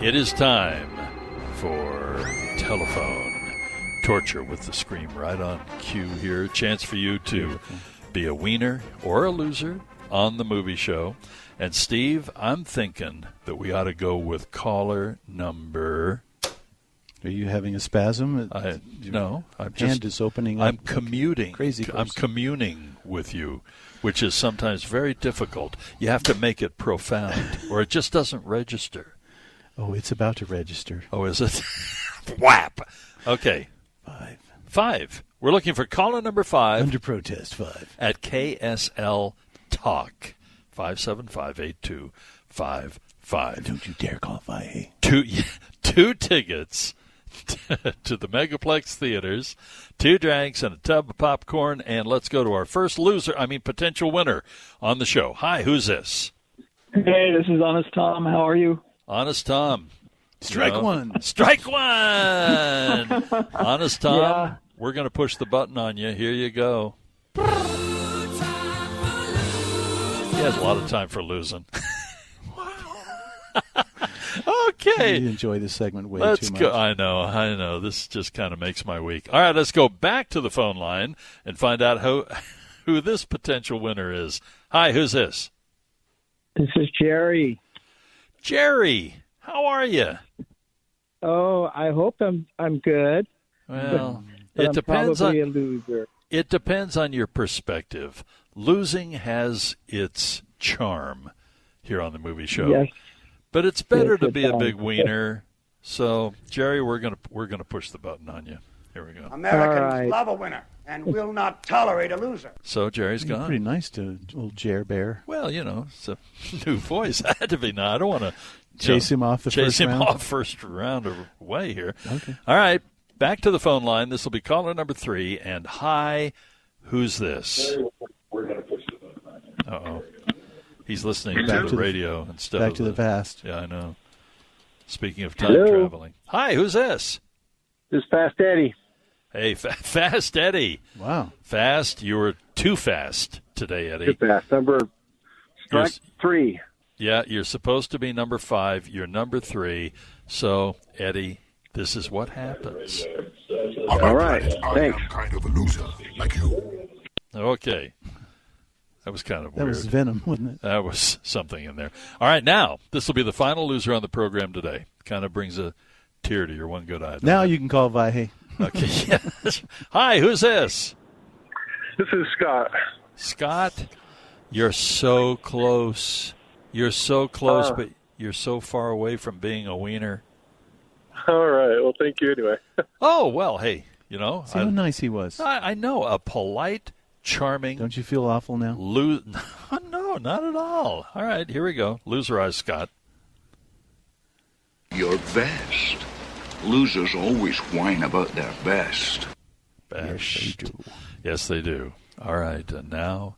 S4: it is time for telephone torture with the scream right on cue here. Chance for you to be a wiener or a loser on the movie show. And Steve, I'm thinking that we ought to go with caller number.
S5: Are you having a spasm?
S4: I, no, I'm
S5: hand
S4: just
S5: is opening
S4: I'm
S5: up like
S4: commuting.
S5: crazy
S4: I'm
S5: person.
S4: communing with you, which is sometimes very difficult. You have to make it profound, [laughs] or it just doesn't register.
S5: Oh, it's about to register.
S4: Oh, is it? [laughs] Whap. Okay. Five. Five. We're looking for caller number five
S5: Under protest, five.
S4: at KSL Talk. Five seven five eight two five five.
S5: Don't you dare call Vahe.
S4: two [laughs] two tickets [laughs] to the Megaplex theaters, two drinks and a tub of popcorn, and let's go to our first loser. I mean, potential winner on the show. Hi, who's this?
S2: Hey, this is Honest Tom. How are you?
S4: Honest Tom.
S5: Strike
S4: You know?
S5: one.
S2: [laughs]
S4: Strike one. Honest Tom. We're going to push the button on you. Here you go. He has a lot of time for losing. [laughs] okay.
S5: You enjoy this segment way
S4: Let's
S5: too much.
S4: go. I know, I know. This just kind of makes my week. All right, let's go back to the phone line and find out who [laughs] who this potential winner is. Hi, who's this?
S2: This is Jerry.
S4: Jerry. How are you?
S2: Oh, I hope I'm I'm good.
S4: Well,
S2: But
S4: it
S2: I'm
S4: depends
S2: probably
S4: on
S2: a loser.
S4: it depends on your perspective. Losing has its charm here on the movie show.
S2: Yes.
S4: But it's better
S2: Yes,
S4: to
S2: it
S4: be a
S2: does.
S4: big wiener. So, Jerry, we're going to we're going to push the button on you. Here we go.
S6: Americans
S2: All right.
S6: love a winner and will not tolerate a loser.
S4: So, Jerry's gone.
S5: Pretty nice to old Jer Bear.
S4: Well, you know, it's a [laughs] new voice. [laughs] I had to be. Now I don't want to
S5: Chase him off the
S4: chase
S5: first
S4: him
S5: round?
S4: off first round away here. Okay. All right, back to the phone line. This will be caller number three. And hi, who's this? Uh oh, he's listening
S5: Back
S4: to
S5: to
S4: the
S5: the-
S4: radio instead
S5: back
S4: of
S5: to the past.
S4: Yeah, I know. Speaking of time traveling, hi, who's this?
S8: This is Fast Eddie.
S4: Hey, fa- [laughs] fast Eddie.
S5: Wow,
S4: fast! You were too fast today, Eddie.
S8: Too fast. Number strike
S4: Yes.
S8: three.
S4: Yeah, you're supposed to be number five. You're number three. So, Eddie, this is what happens.
S8: All right. Thanks.
S4: Okay. That was kind of
S5: that
S4: weird.
S5: was Venom,
S4: [laughs]
S5: wasn't it?
S4: That was something in there. All right, now, this will be the final loser on the program today. Kind of brings a tear to your one good eye.
S5: Now you can call Vahe.
S4: Okay, [laughs] yes. Hi, who's this?
S8: This is Scott.
S4: Scott, you're so close. You're so close,
S8: Ah.
S4: but you're so far away from being a wiener.
S8: All right. Well, thank you anyway. [laughs]
S4: Oh, well, hey, you know,
S5: See
S4: I,
S5: how nice
S4: [laughs]
S5: he was.
S4: I, I know a polite, charming,
S5: Don't you feel awful now?
S4: Lose? [laughs] no, not at all. All right, here we go. Loser eyes, Scott.
S18: Your best. Losers always whine about their best.
S4: Yes, they do. Yes, they do. All right, and now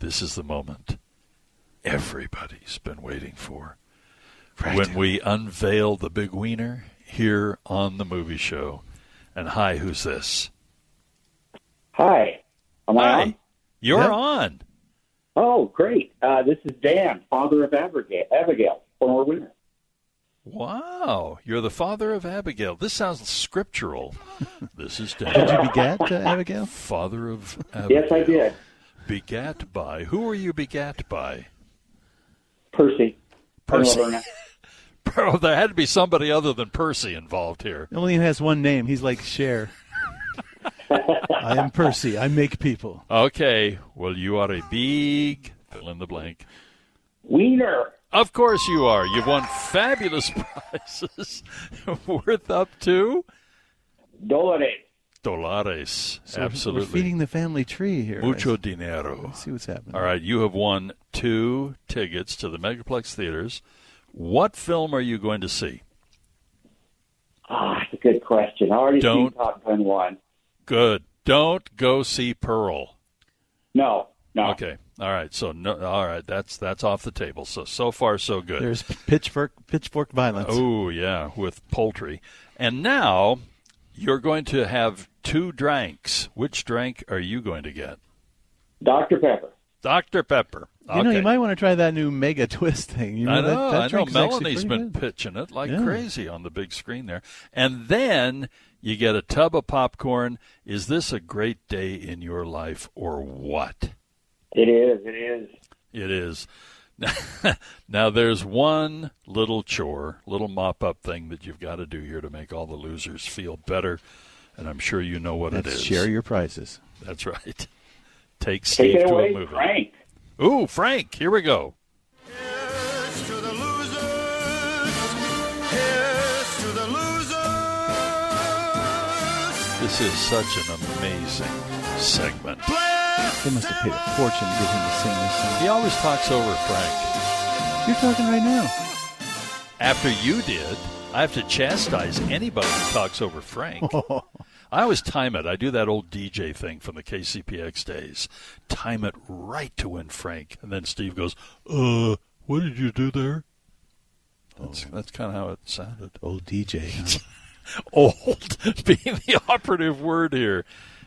S4: this is the moment everybody's been waiting for. When we unveil the big wiener here on the movie show. And hi, who's this?
S24: Hi. Am I
S4: hi.
S24: on?
S4: You're
S24: Yeah.
S4: on.
S24: Oh, great. Uh, this is Dan, father of Abigail, Abigail former winner.
S4: Wow. You're the father of Abigail. This
S24: [laughs]
S4: sounds scriptural. this is Dan.
S5: Did you
S4: [laughs]
S5: begat uh, Abigail?
S4: Father of Abigail.
S24: Yes, I did.
S4: Begat by. Who were you begat by?
S24: Percy.
S4: Percy. [laughs] Bro, there had to be somebody other than Percy involved here.
S5: He only has one name. He's
S4: [laughs]
S5: like Cher. I am Percy. I make people.
S4: Okay. Well, you are a big fill in the blank.
S24: Wiener.
S4: Of course you are. You've won fabulous [laughs] prizes worth up to
S24: Dolores.
S4: dolares.
S5: So
S4: Absolutely.
S5: We're feeding the family tree here.
S4: Mucho
S5: Let's-
S4: dinero.
S5: Let's see what's happening.
S4: All right, you have won two tickets to the Megaplex theaters. What film are you going to see?
S24: Ah, it's good question. I already
S4: Don't-
S24: seen Top Gun one.
S4: Good. Don't go see Pearl.
S24: No. No.
S4: Okay. All right. So no. All right. That's that's off the table. So so far so good.
S5: There's pitchfork pitchfork violence.
S4: Oh, yeah, with poultry. And now you're going to have two drinks. Which drink are you going to get?
S24: Dr. Pepper.
S4: Dr. Pepper.
S5: You know, you might want to try that new mega [laughs] twist thing. You know,
S4: I
S5: that,
S4: know.
S5: that
S4: I know.
S5: drink's actually
S4: Melanie's
S5: pretty
S4: been
S5: good.
S4: pitching it like
S5: Yeah.
S4: crazy on the big screen there. And then you get a tub of popcorn. Is this a great day in your life or what?
S24: It is. It is.
S4: It is. [laughs] now, there's one little chore, little mop up thing that you've got to do here to make all the losers feel better. And I'm sure you know what it
S5: Let's
S4: is.
S5: Share your prizes.
S4: That's right. [laughs] Take Steve
S5: it
S4: to
S5: away,
S4: a movie.
S24: Frank.
S4: Ooh, Frank, here we go. This is such an amazing segment.
S5: They must have paid a fortune to get him to sing this song.
S4: He always talks over Frank.
S5: You're talking right now.
S4: After you did, I have to chastise anybody who talks over Frank. I always time it. I do that old DJ thing from the KCPX days. Time it right to win Frank. And then Steve goes, Uh, what did you do there? That's, that's kind of how it sounded.
S5: Oh. Old DJ.
S4: [laughs] old [laughs] being the operative word here.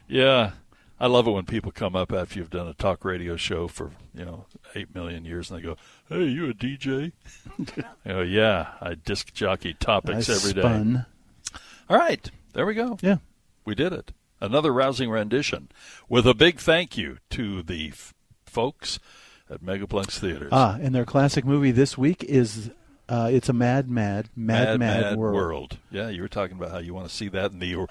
S4: Yeah. I love it when people come up after you've done a talk radio show for, you know, 8 million years and they go, "Hey, you a DJ?" [laughs] oh yeah, I disc jockey topics
S5: I
S4: every day.
S5: spun.
S4: All right. There we go.
S5: Yeah.
S4: We did it. Another rousing rendition with a big thank you to the f- folks at Megaplex Theaters.
S5: Ah, and their classic movie this week is uh, it's a mad, mad, mad, mad, world.
S4: Yeah, you were talking about how you want to see that in the.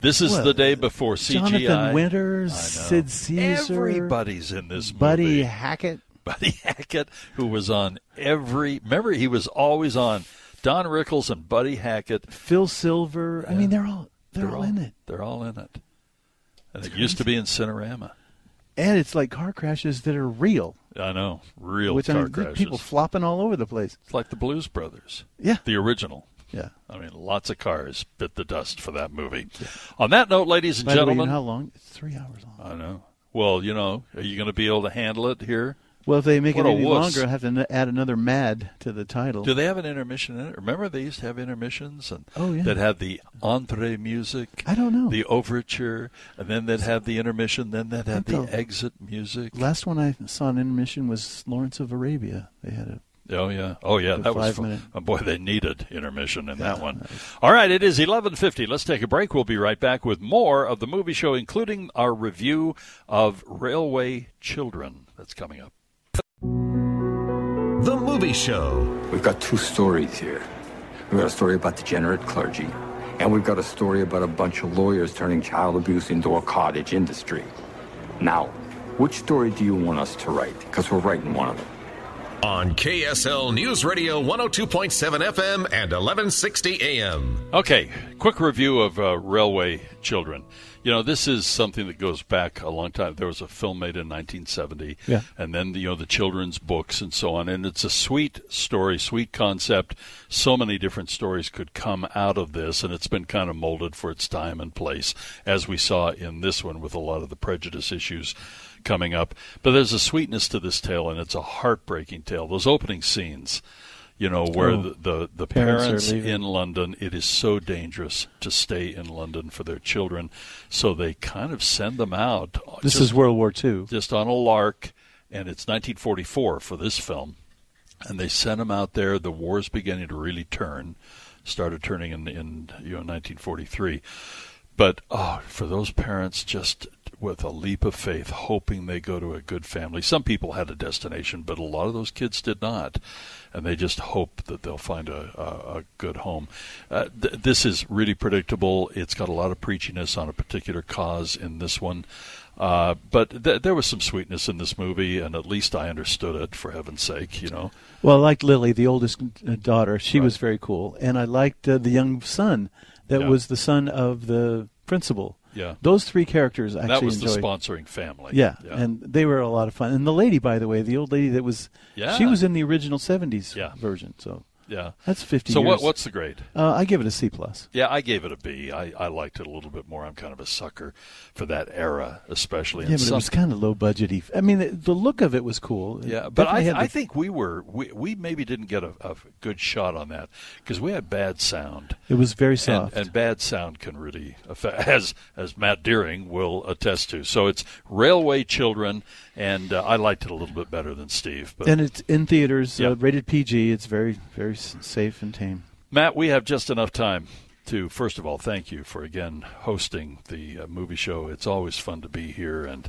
S4: This is
S5: Well,
S4: the day before CGI.
S5: Jonathan Winters,
S4: I know.
S5: Sid Caesar,
S4: Everybody's in this
S5: Buddy
S4: movie.
S5: Hackett.
S4: Buddy Hackett, who was on every. Remember, he was always on Don Rickles and Buddy Hackett.
S5: Phil Silver. I mean, they're all they're, all, in it,
S4: They're all in it. And it used to be in Cinerama.
S5: and it's like car crashes that are real,
S4: I know, real
S5: which
S4: car
S5: I mean,
S4: crashes.
S5: people flopping all over the place.
S4: It's like the Blues Brothers.
S5: Yeah.
S4: The original.
S5: Yeah.
S4: I mean, lots of cars bit the dust for that movie. On that note, ladies and
S5: By the way, you
S4: gentlemen.
S5: know how long? It's three hours long.
S4: I know. Well, you know, are you going to be able to handle it here?
S5: Well, if they make
S4: What
S5: it
S4: a
S5: any
S4: wuss.
S5: longer, I have to n- add another mad to the title.
S4: Do they have an intermission in it? Remember, they used to have intermissions and
S5: Oh, yeah.
S4: that had the entree music.
S5: I don't know.
S4: The overture, and then they'd have the intermission, then they'd have the
S5: think the-
S4: exit music.
S5: Last one I saw an intermission was Lawrence of Arabia. They had a
S4: Oh yeah, oh yeah,
S5: The
S4: that was
S5: five
S4: fun.
S5: minute-
S4: Oh, boy, they needed intermission in that one. All right, it is eleven fifty. Let's take a break. We'll be right back with more of the movie show, including our review of Railway Children. That's coming up.
S10: The movie show.
S3: We've got two stories here. We've got a story about degenerate clergy, and we've got a story about a bunch of lawyers turning child abuse into a cottage industry. Now, which story do you want us to write? Because we're writing one of them.
S1: On KSL News Radio 102.7 FM and 1160 AM.
S4: Okay, quick review of uh, Railway Children. You know, this is something that goes back a long time. There was a film made in 1970,
S5: Yeah.
S4: and then you know the children's books and so on. And it's a sweet story, sweet concept. So many different stories could come out of this, and it's been kind of molded for its time and place, as we saw in this one with a lot of the prejudice issues coming up. But there's a sweetness to this tale, and it's a heartbreaking tale. Those opening scenes. You know where
S5: Oh.
S4: the, the the
S5: Parents are
S4: parents
S5: leaving.
S4: in London, it is so dangerous to stay in London for their children, so they kind of send them out.
S5: This
S4: just,
S5: is World War II.
S4: just on a lark, and it's 1944 for this film, and they sent them out there. The war's beginning to really turn, started turning in in you know 1943, but oh, for those parents just. With a leap of faith, hoping they go to a good family. Some people had a destination, but a lot of those kids did not and they just hope that they'll find a, a, a good home. Uh, th- this is really predictable. It's got a lot of preachiness on a particular cause in this one. Uh, but th- there was some sweetness in this movie, and at least I understood it, for heaven's sake, you know.
S5: Well, I liked Lily, the oldest uh, daughter. She was very cool, and I liked uh, the young son that
S4: Yeah.
S5: was the son of the principal.
S4: Yeah.
S5: those three characters I
S4: And
S5: actually
S4: that was the
S5: enjoyed.
S4: sponsoring family.
S5: Yeah, and they were a lot of fun. And the lady, by the way, the old lady that was,
S4: Yeah.
S5: she was in the original '70s
S4: Yeah.
S5: version. So
S4: Yeah.
S5: That's 50
S4: So what,
S5: years.
S4: what's the grade?
S5: Uh, I give it a C plus.
S4: Yeah, I gave it a B. I, I liked it a little bit more. I'm kind of a sucker for that era, especially.
S5: Yeah,
S4: And
S5: but it
S4: some-
S5: was kind of low budgety. I mean, the, the look of it was cool. It
S4: yeah, but
S5: definitely
S4: I,
S5: had the-
S4: I think we were we, we maybe didn't get a, a good shot on that because we had bad sound.
S5: It was very
S4: And-
S5: soft.
S4: and, bad sound can really affect, [laughs] as as Matt Deering will attest to. So it's Railway Children, and uh, I liked it a little bit better than Steve. But
S5: and it's in theaters,
S4: Yeah.
S5: uh, rated PG. It's very, very s- safe and tame.
S4: Matt, we have just enough time to, first of all, thank you for again hosting the uh, movie show. It's always fun to be here and.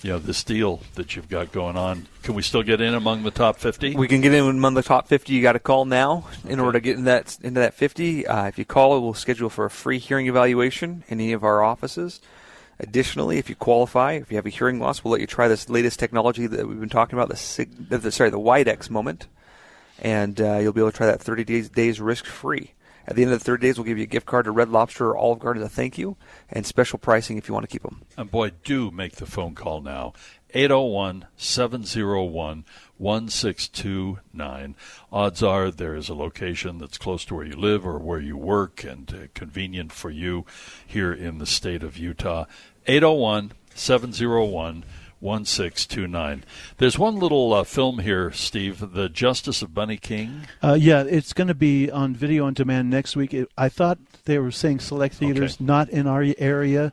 S4: You know this deal that you've got going on. Can we still get in among the top fifty?
S7: We can get in among the top 50. You got to call now in order to get in that into that 50. Uh, if you call, we'll schedule for a free hearing evaluation in any of our offices. Additionally, if you qualify, if you have a hearing loss, we'll let you try this latest technology that we've been talking about the, sig- uh, the sorry the Widex moment, and uh, you'll be able to try that 30 days days risk free. At the end of the 30 days, we'll give you a gift card to Red Lobster or Olive Garden as a thank you, and special pricing if you want to keep them.
S4: And boy, do make the phone call now. 801 701 1629. Odds are there is a location that's close to where you live or where you work and uh, convenient for you here in the state of Utah. 801 701 1629. There's one little uh, film here, Steve The Justice of Bunny King.
S5: Uh, yeah, it's going to be on video on demand next week. It, I thought they were saying select theaters, not in our area,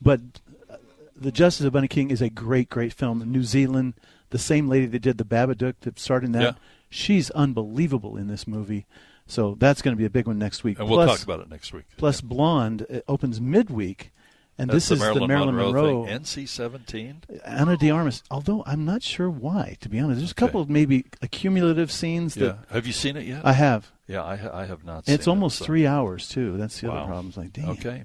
S5: but uh, The Justice of Bunny King is a great, great film. New Zealand, the same lady that did The Babadook that started that,
S4: Yeah.
S5: she's unbelievable in this movie. So that's going to be a big one next week.
S4: And we'll talk about it next week.
S5: Plus, Blonde uh, opens midweek, and
S4: That's
S5: this is the Marilyn Monroe Uh,
S4: thing. NC 17.
S5: Anna de Armas. Although I'm not sure why, to be honest. There's a couple of maybe accumulative scenes that
S4: Yeah. Have you seen it yet?
S5: I have.
S4: Yeah, I, ha- I have not seen it.
S5: It's almost
S4: so-
S5: three hours too. That's the
S4: Wow.
S5: other problem. It's like, dang.
S4: Okay.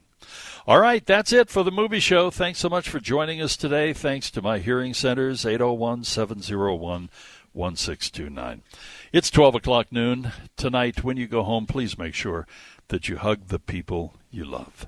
S4: All right, that's it for the movie show. Thanks so much for joining us today. Thanks to my hearing centers, 801 701 1629. It's 12 o'clock noon. Tonight, when you go home, please make sure that you hug the people you love.